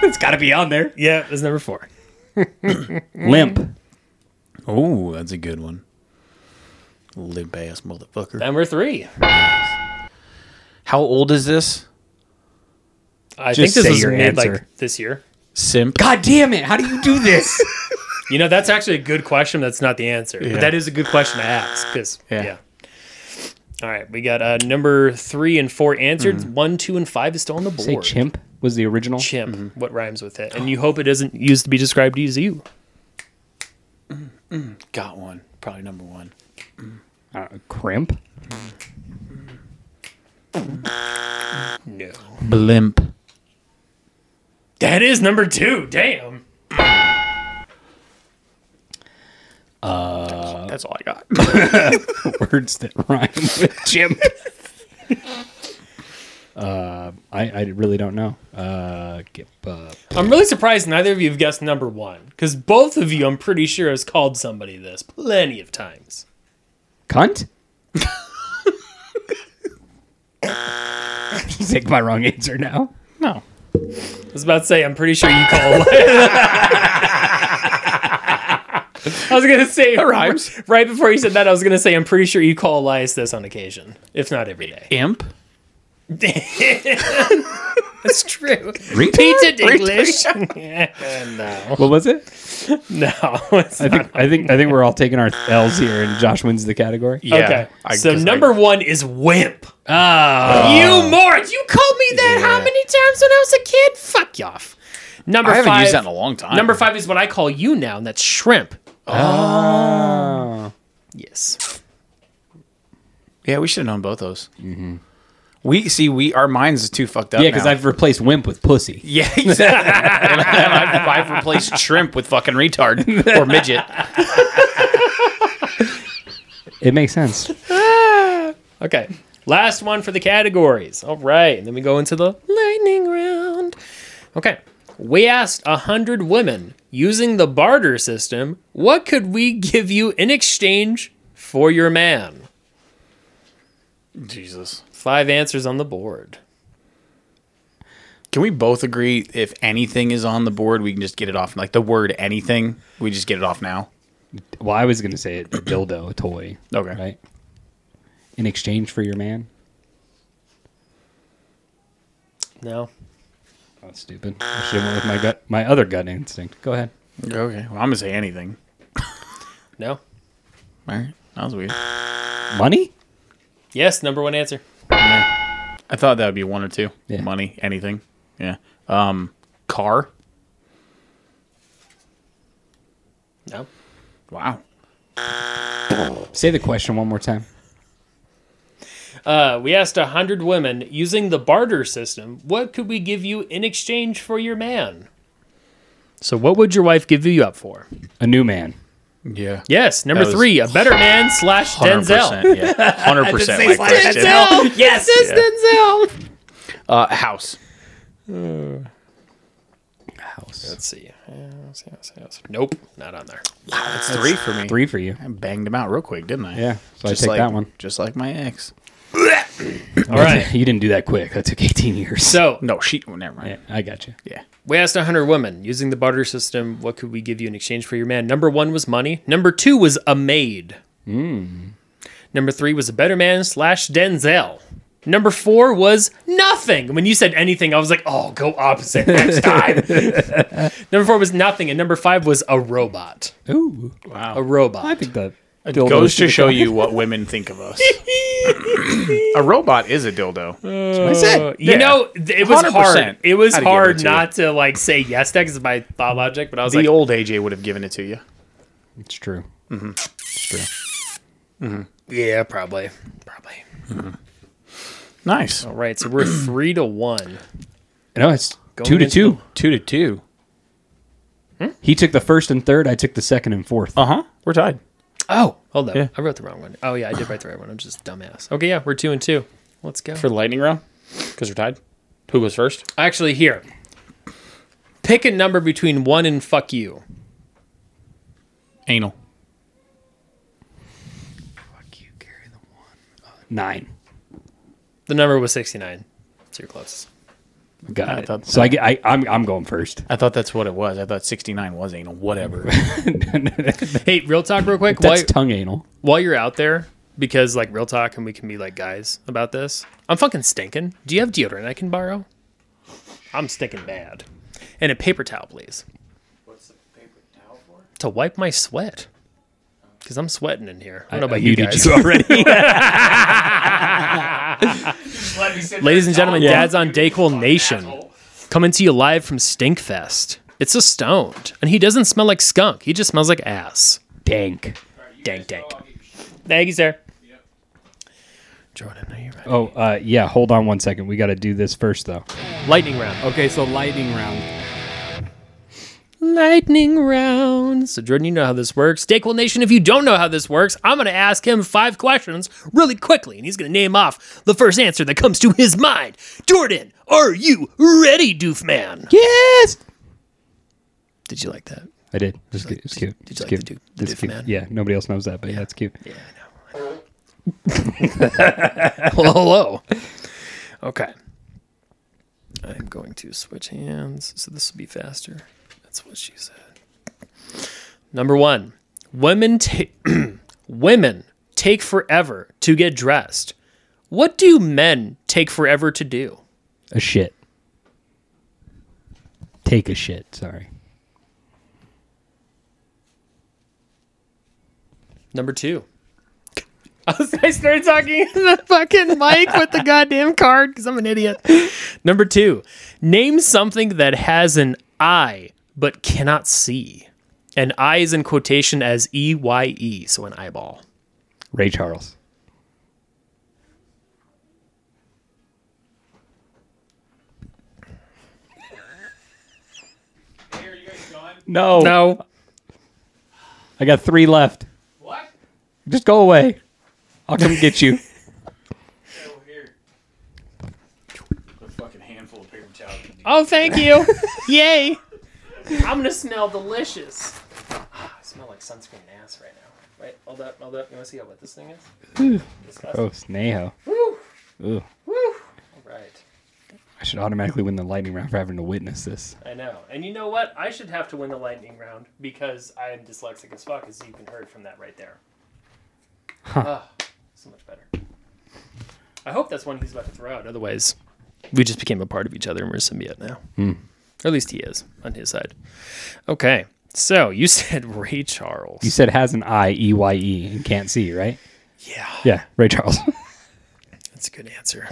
S2: it's got to be on there.
S6: Yeah, that's number four.
S2: Limp.
S3: Oh, that's a good one. Limp ass motherfucker.
S6: Number three.
S3: How old is this?
S6: I
S2: Just
S6: think this
S2: say
S6: was
S2: your
S6: made
S2: answer.
S6: like this year.
S3: Simp.
S2: God damn it. How do you do (laughs) this?
S6: You know, that's actually a good question. That's not the answer, but that is a good question to ask. 'cause-
S3: Yeah.
S6: yeah. All right, we got uh, number three and four answered.
S3: Mm-hmm.
S6: One, two, and five is still on the board.
S2: Say chimp was the original.
S6: Chimp.
S3: Mm-hmm.
S6: What rhymes with it? And you hope it doesn't used to be described as you.
S3: Got one. Probably number one.
S2: Uh, crimp. (laughs)
S6: No.
S3: Blimp.
S6: That is number two. Damn.
S2: Uh,
S3: That's all I got.
S2: Words that rhyme with (laughs) chimp. uh, I, I really don't know. Uh, get, uh,
S6: I'm really surprised neither of you have guessed number one because both of you, I'm pretty sure, has called somebody this plenty of times.
S2: cunt? (laughs) you take my wrong answer now.
S3: no.
S6: I was about to say, I'm pretty sure you call. (laughs) I was gonna say
S3: rhymes.
S6: Right before you said that, I was gonna say I'm pretty sure you call Elias this on occasion, if not every day.
S3: (laughs) Imp.
S6: That's true.
S3: (laughs)
S6: Repeated (laughs) English.
S2: What was it?
S6: (laughs) no, it's
S2: I think I think I think we're all taking our L's here, and Josh wins the category.
S6: Okay. so number one is wimp.
S3: Oh.
S6: Ah. you mort! You called me that how many times when I was a kid? Fuck you off. Number
S3: I haven't
S6: five.
S3: used that in a long time.
S6: number five is what I call you now, and that's shrimp.
S2: Oh,
S6: Yes.
S3: Yeah, we should have known both those. We see we our minds is too fucked up.
S2: yeah, because
S3: now.
S2: I've replaced wimp with pussy.
S3: (laughs) yeah exactly. (laughs) And I've, I've replaced shrimp with fucking retard or midget.
S2: It makes sense. (laughs)
S6: Okay. Last one for the categories. All right, and then we go into the lightning round. Okay. We asked a hundred women using the barter system, what could we give you in exchange for your man.
S3: Jesus.
S6: Five answers on the board.
S3: Can we both agree if anything is on the board, we can just get it off? Like the word anything, we just get it off now.
S2: Well, I was gonna say it, a dildo, a toy.
S3: Okay.
S2: Right. In exchange for your man.
S6: No.
S2: Oh, that's stupid. I should have went with my gut, my other gut instinct. Go ahead.
S3: Okay. Well, I'm gonna say anything.
S6: No.
S3: All right. That was weird.
S2: Money.
S6: Yes, number one answer.
S3: I thought that would be one or two.
S2: Yeah.
S3: Money, anything. Yeah. Um, car.
S6: No.
S3: Wow.
S2: Say the question one more time.
S6: Uh, we asked 100 women using the barter system, what could we give you in exchange for your man? So, what would your wife give you up for?
S2: A new man.
S3: Yeah.
S6: Yes, number
S3: That was
S6: three, a better man slash
S3: (laughs)
S6: Denzel.
S3: 100%, Yeah. Hundred percent. Like question.
S6: (laughs) Denzel. Yes, it's Denzel.
S3: Uh, house.
S2: House.
S6: Let's see. Yes, yes, yes. Nope, not on there.
S3: That's three for me.
S2: Three for you.
S3: I banged him out real quick, didn't I?
S2: Yeah. So I
S3: Just
S2: take
S3: like,
S2: that one.
S3: Just like my ex.
S6: All right.
S2: You didn't do that quick. That took 18 years.
S6: So
S3: No, she. Well, never mind.
S2: yeah, I got you.
S3: Yeah.
S6: we asked 100 women using the barter system, what could we give you in exchange for your man? Number one was money. Number two was a maid.
S3: Hmm.
S6: Number three was a better man slash Denzel. Number four was nothing. When you said anything, I was like, oh, go opposite next time.
S3: (laughs)
S6: number four was nothing. And number five was a robot.
S2: Ooh.
S6: A robot.
S2: I think that
S3: It goes to show you what women think of us. a robot is a dildo.
S6: Uh, You
S3: Yeah.
S6: know, th- it was
S3: 100%.
S6: hard. It was
S3: I'd give it
S6: hard
S3: to
S6: not to like say yes to that because my thought logic, but I was
S3: the
S6: like,
S3: old AJ would have given it to you.
S2: it's true.
S6: yeah, probably, probably.
S3: Nice.
S6: All right, so
S3: (clears throat)
S6: we're three to one.
S2: No, it's two to
S6: against
S2: two.
S3: Two to two.
S2: He took the first and third. I took the second and fourth.
S3: Uh huh. We're tied.
S6: Oh, hold up, I wrote the wrong one. Oh yeah, I did write the right one. I'm just a dumbass. Okay, yeah, we're two and two. Let's go.
S3: for the lightning round because we're tied. Who goes first?
S6: Actually, here, pick a number between one and fuck you.
S3: Anal.
S2: Fuck you, carry the one. Nine.
S6: The number was 69. So you're close.
S2: Got
S3: I
S2: it.
S3: thought-
S2: so I get. I, I'm. I'm going first. (laughs)
S3: I thought that's what it was. I thought 69 was anal. (laughs) Whatever.
S6: Hey, real talk, real quick.
S2: That's
S6: Why-
S2: tongue anal.
S6: while you're out there, because like real talk and we can be like guys about this, I'm fucking stinking. Do you have deodorant I can borrow? I'm stinking bad. And a paper towel, please. What's the paper towel for? To wipe my sweat. Because I'm sweating in here. I don't know about you
S2: muted
S6: guys.
S2: you (laughs)
S6: (laughs)
S2: already.
S6: Ladies and gentlemen, Dad's on Dayquil Nation. Coming to you live from Stinkfest. It's a stoned. And he doesn't smell like skunk. He just smells like ass.
S2: Dank.
S6: Dank, dank. Thank you, sir. Jordan, are you ready?
S2: Oh, uh, yeah. Hold on one second. We got to do this first, though.
S6: Lightning round.
S5: Okay, so lightning round.
S6: lightning round. So, Jordan, you know how this works. Stakehold Nation, if you don't know how this works, I'm going to ask him five questions really quickly, and he's going to name off the first answer that comes to his mind. Jordan, are you ready, Doofman?
S2: Yes.
S6: Did you like that?
S2: I did. It was, cute. It was cute.
S6: did
S2: It's
S6: you like
S2: cute.
S6: the Duke- the
S2: It's
S6: Duke
S2: cute.
S6: man?
S2: Yeah. Nobody else knows that, but yeah, it's cute.
S6: Well, hello. Okay. I'm going to switch hands, so this will be faster. That's what she said. Number one, women ta- (clears throat) women take forever to get dressed. What do men take forever to do?
S2: A shit. Take a shit. Sorry.
S6: Number two. (laughs) I started talking to the fucking mic with the goddamn card because I'm an idiot. (laughs) Number two, name something that has an eye but cannot see. An eye is in quotation as E Y E, so an eyeball.
S2: Ray Charles. No.
S6: No.
S2: I got three left. What? Just go away. I'll come get you. (laughs)
S3: (laughs)
S6: (laughs) Oh, thank (laughs) you. Yay. I'm going to smell delicious. Ah, I smell like sunscreen and ass right now. Wait, hold up, hold up. You want to see how wet this thing is?
S2: Oh, Sneho. Ooh.
S6: Right.
S2: I should automatically win the lightning round for having to witness this.
S6: I know. And you know what? I should have to win the lightning round because I am dyslexic as fuck, as you can heard from that right there. Ah, so much better. I hope that's one he's about to throw out. Otherwise, we just became a part of each other and we're symbiote now. Or at least he is on his side. Okay. So you (laughs) said Ray Charles.
S2: You said has an I E Y E and can't see, right?
S6: yeah.
S2: Yeah, Ray Charles.
S6: That's a good answer.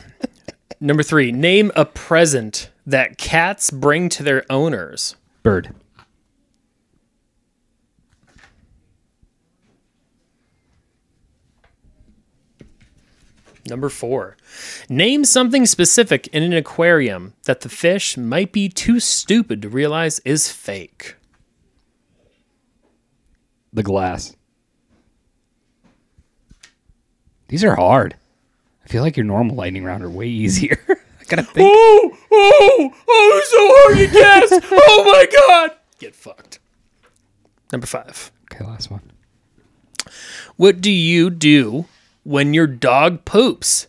S6: Number three, name a present that cats bring to their owners.
S2: (laughs) Bird.
S6: Number four, name something specific in an aquarium that the fish might be too stupid to realize is fake.
S2: The glass. These are hard. I feel like your normal lightning round are way easier. (laughs) I gotta think.
S6: Oh, oh, oh, it's so hard to guess. oh my God. Get fucked. Number five,
S2: Okay, last one.
S6: what do you do when your dog poops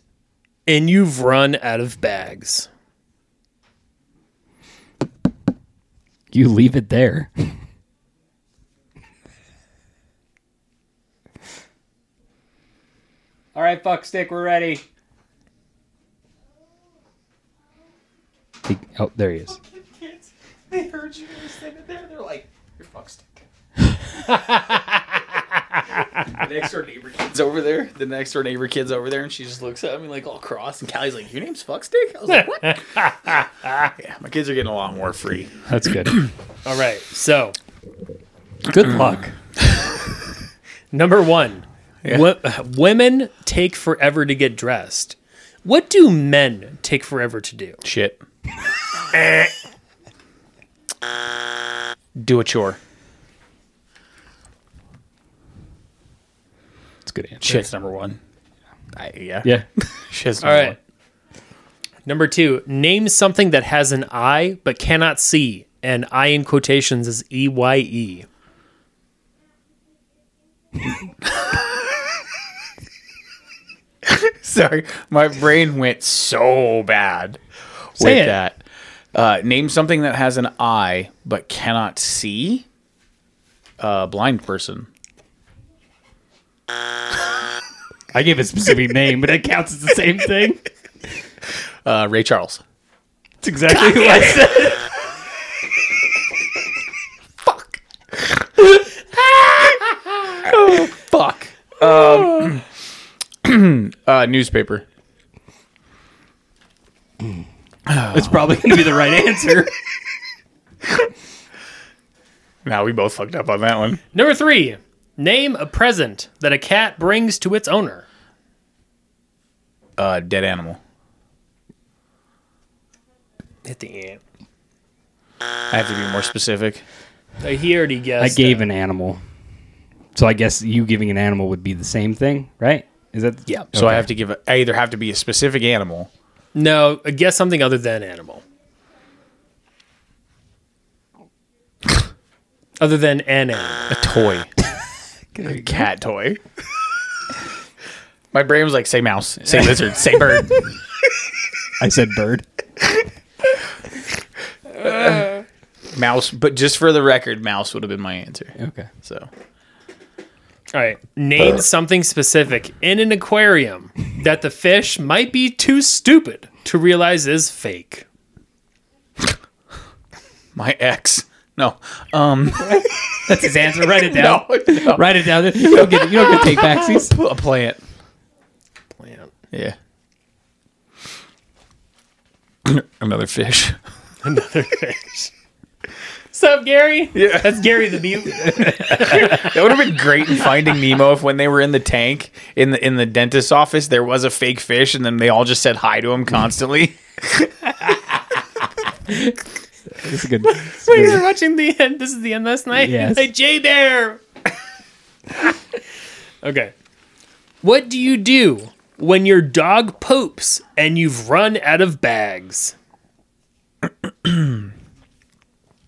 S6: and you've run out of bags?
S2: You leave it there. (laughs) All right, fuck stick, we're ready. He, oh, there he is.
S6: They heard you standing there. They're like, "Your fuck
S3: (laughs)
S6: stick."
S3: The next door neighbor kid's over there. The next door neighbor kid's over there, and she just looks at me like all cross. And Callie's like, "Your name's Fuckstick." I was (laughs) like, "What?" yeah, my kids are getting a lot more free.
S2: That's (clears throat) good.
S6: All right. So
S2: good luck.
S6: (laughs) number one, wo- women take forever to get dressed. What do men take forever to do?
S3: Shit. (laughs) Do a chore.
S2: It's a good answer.
S3: Shit's number one. I, yeah.
S2: Yeah.
S3: Shit's
S6: All
S3: number
S6: right. Number two, name something that has an I but cannot see, and I in quotations is E Y E.
S3: one. (laughs) Sorry, my brain went so bad
S2: Say
S3: with
S2: it.
S3: that. Uh, name something that has an eye but cannot see. uh, blind person.
S2: I gave a specific name, but it counts as the same (laughs) thing.
S3: Uh, Ray Charles.
S2: It's exactly who I said.
S3: Fuck. Um, uh, newspaper.
S2: It's probably going to be the right answer.
S3: Now we both fucked up on that one.
S6: Number three, name a present that a cat brings to its owner.
S3: Uh, dead animal.
S6: Hit the ant.
S3: I have to be more specific.
S6: He already
S2: (laughs)
S6: guessed.
S2: I gave an animal. So I guess you giving an animal would be the same thing, right? Is that
S3: Yeah. So I have to give. A, I either have to be a specific animal.
S6: No, guess something other than animal. (laughs) other than an animal.
S3: A (laughs) toy. a cat toy. (laughs) My brain was like, say mouse, say lizard, say bird.
S2: I said bird.
S3: (laughs) mouse. But just for the record, mouse would have been my answer.
S2: Okay.
S3: So
S6: All right. Name something specific in an aquarium that the fish might be too stupid to realize is fake.
S3: my ex. No. Um. (laughs)
S2: That's his answer. Write it down.
S3: No. no.
S2: Write it down. (laughs) You don't get. You don't get to take
S3: (laughs)
S2: backsies.
S3: A plant.
S6: Plant.
S3: Yeah. (laughs) Another fish. (laughs)
S6: Another fish. Sup, Gary? Yeah. That's Gary the mute.
S3: That would have been great in Finding Nemo if when they were in the tank in the in the dentist's office there was a fake fish and then they all just said hi to him constantly.
S2: It's a good. It's a good-
S6: We're watching the end. This is the end last night. (laughs)
S2: Yes.
S6: Hey, J Bear. (laughs) okay. What do you do when your dog poops and you've run out of bags?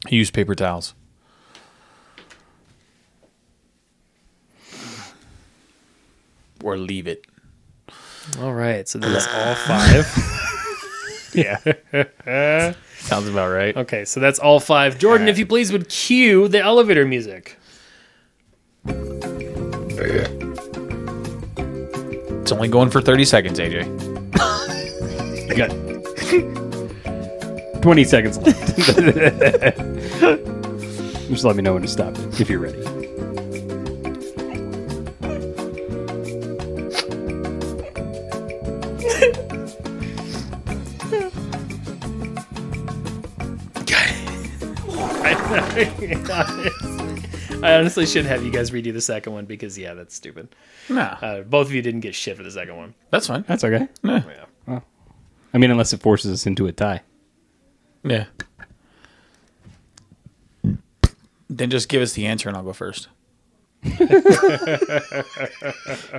S3: Use paper towels. or leave it.
S6: All right, so that's (sighs) all five.
S3: Sounds about right.
S6: Okay, so that's all five. Jordan, if you please, would cue the elevator music.
S3: It's only going for 30 seconds, AJ.
S2: I got 20 seconds left. (laughs) Just let me know when to stop if you're ready.
S6: I honestly should have you guys redo the second one because yeah, that's stupid.
S3: Nah,
S6: Uh, both of you didn't get shit for the second one.
S3: that's fine.
S2: That's okay. Well, I mean, unless it forces us into a tie.
S3: Yeah. Then just give us the answer and I'll go first.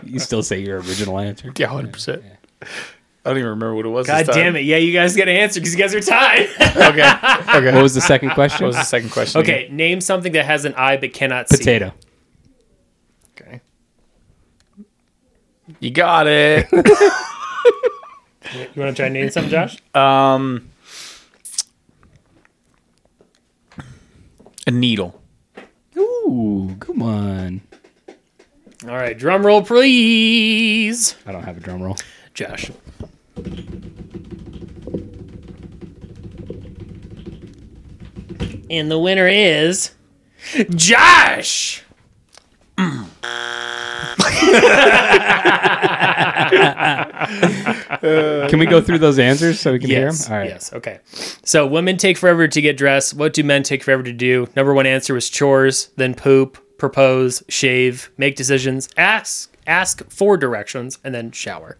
S2: You still say your original answer.
S3: Yeah, 100%. I don't even remember what it was.
S6: God damn it! Yeah, you guys got to answer because you guys are (laughs) tied.
S3: (laughs) Okay.
S2: What was the second question?
S3: What was the second question? again?
S6: okay, name something that has an eye but cannot see.
S2: Potato.
S6: Okay.
S3: You got it.
S6: You want to try and name something, Josh?
S3: Um, (laughs) a needle.
S2: Ooh, come on.
S6: All right, drum roll, please.
S2: I don't have a drum roll.
S6: Josh. And the winner is Josh.
S2: Can we go through those answers so we can hear
S6: Yes.
S2: them? All right.
S6: Yes. Okay. So women take forever to get dressed. What do men take forever to do? Number one answer was chores, then poop, propose, shave, make decisions, ask, ask for directions, and then shower.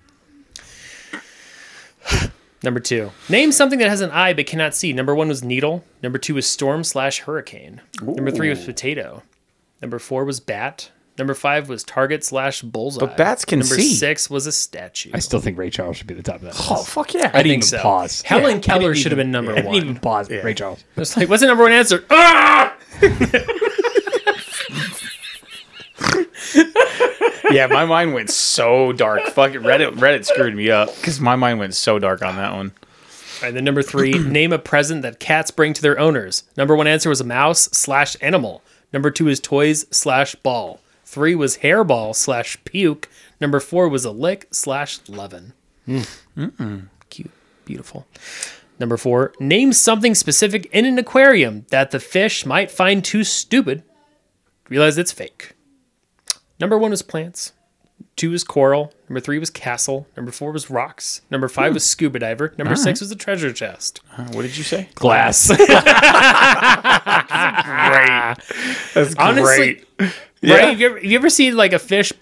S6: (sighs) Number two, name something that has an eye but cannot see. Number one was needle. Number two was storm slash hurricane. Number three was potato. Number four was bat. Number five was target slash bullseye.
S3: But bats can
S6: Number
S3: see.
S6: six was a statue.
S2: I still think Ray Charles should be the top of that.
S3: Oh
S2: list.
S3: fuck yeah!
S2: I didn't even
S6: think so.
S2: pause.
S6: Helen
S2: Yeah, I
S6: Keller
S2: didn't
S6: should have
S2: even-
S6: been number
S2: I didn't
S6: one.
S2: even pause. Ray Charles.
S6: It's like, what's the number one answer? Ah!
S3: yeah, my mind went so dark. Fuck it, Reddit. Reddit screwed me up because my mind went so dark on that one.
S6: And then
S2: (clears throat)
S6: number three, name a present that cats bring to their owners. Number one answer was a mouse slash animal. Number two is toys slash ball. Three was hairball slash puke. Number four was a lick slash leaven.
S2: Mm.
S6: Cute. Beautiful. Number four, name something specific in an aquarium that the fish might find too stupid. Realize it's fake. Number one was plants. Two was coral. Number three was castle. Number four was rocks. Number five was scuba diver. Number six was a treasure chest.
S3: Uh, What did you say?
S6: (laughs)
S2: Glass.
S3: That's
S6: Honestly, right? Have you, ever, have you ever seen like a fish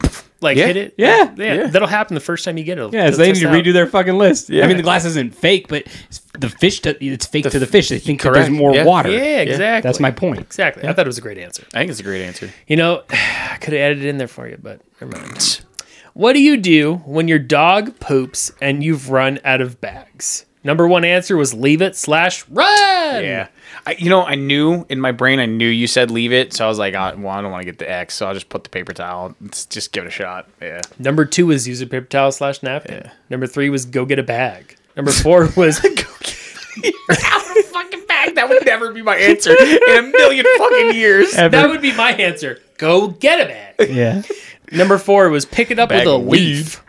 S6: like
S3: Yeah.
S6: hit it?
S2: Yeah.
S6: yeah, That'll happen the first time you get it.
S2: Yeah, so
S6: It'll
S2: they need
S6: test
S2: to
S6: out.
S2: redo their fucking list. I
S3: Yeah.
S2: mean, the glass isn't fake, but it's- the fish, do- it's fake to the fish. They think that
S3: correct.
S2: there's more
S3: Yeah.
S2: water.
S6: Yeah, exactly.
S2: That's my point.
S6: Exactly. I thought it was a great answer.
S3: I think it's a great answer.
S6: You know, (sighs) I could have added it in there for you, but never mind. What do you do when your dog poops and you've run out of bags? Number one answer was leave it slash run.
S3: Yeah, I, you know, I knew in my brain, I knew you said leave it, so I was like, I, well, I don't want to get the X, so I'll just put the paper towel. Let's just give it a shot. Yeah,
S6: Number two was use a paper towel slash napkin. Number three was go get a bag. Number four (laughs) was
S3: (laughs) fucking bag. That would never be my answer in a million fucking years.
S6: that would be my answer. Go get a
S3: (laughs)
S6: bag.
S2: Yeah.
S6: Number four was pick it up
S3: Bag
S6: with a
S3: of weed.
S6: leaf.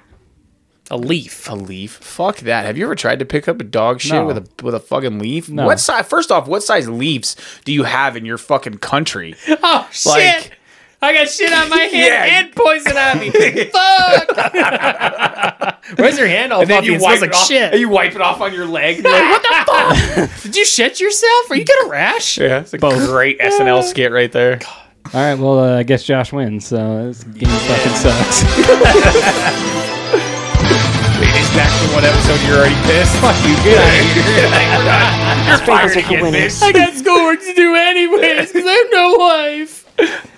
S6: A leaf.
S3: (laughs) A leaf? Fuck that. Have you ever tried to pick up a dog shit
S2: No.
S3: with a with a fucking leaf? What size? First off, what size leaves do you have in your fucking country?
S6: Oh shit!
S3: Like-
S6: I got shit on my hand
S3: Yeah.
S6: and poison on
S3: (laughs)
S6: me. Fuck! Where's your hand all and puffy? It smells like
S3: off,
S6: shit.
S3: and you wipe it off on your leg. And you're (laughs) like, what the?
S6: Did you shit yourself? Are you got a rash?
S3: yeah, it's a great SNL skit right there.
S2: (laughs) All right, well, uh, I guess Josh wins, so this game fucking sucks.
S3: It's back from one episode you're already pissed. (laughs) Fuck you, get out of here. You're fired again, bitch.
S6: I got schoolwork to do anyways because I have no life.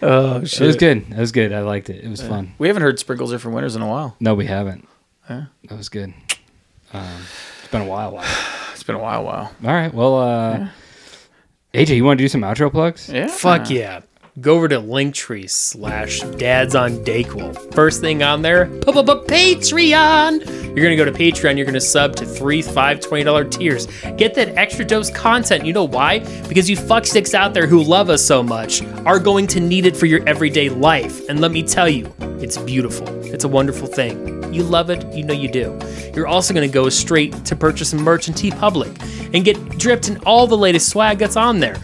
S3: Oh
S2: it was
S3: shit.
S2: good. It was good. I liked it. It was fun.
S3: We haven't heard sprinkles are for winners in a while.
S2: No, we haven't. That was good. Um, it's been a while. while.
S3: It's been a while, while.
S2: All right, well, uh, AJ, you want to do some outro plugs?
S3: Yeah.
S6: Fuck yeah. go over to Linktree slash Dads on Dayquil. First thing on there, Patreon. You're gonna go to Patreon. You're gonna sub to three, five, twenty dollar tiers. Get that extra dose content. You know why? Because you fucksticks out there who love us so much are going to need it for your everyday life. And let me tell you, it's beautiful. It's a wonderful thing. You love it. You know you do. You're also going to go straight to purchase some merch in T Public and get dripped in all the latest swag that's on there.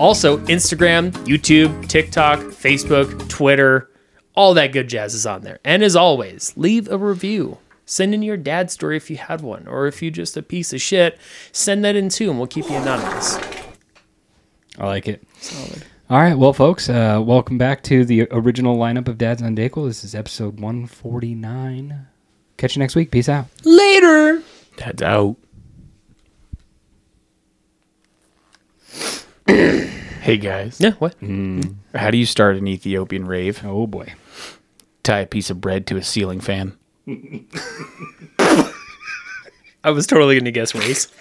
S6: Also, Instagram, YouTube, TikTok, Facebook, Twitter, all that good jazz is on there. And as always, leave a review. Send in your dad story if you had one, or if you're just a piece of shit, send that in too, and we'll keep you anonymous.
S2: I like it. All right, well, folks, uh, welcome back to the original lineup of Dads on Dayquil. This is episode 149. Catch you next week. Peace out.
S6: Later.
S3: That's out. (clears throat) hey guys,
S6: Yeah. What?
S3: how do you start an Ethiopian rave?
S2: Oh boy.
S3: Tie a piece of bread to a ceiling fan.
S6: I was totally gonna guess race.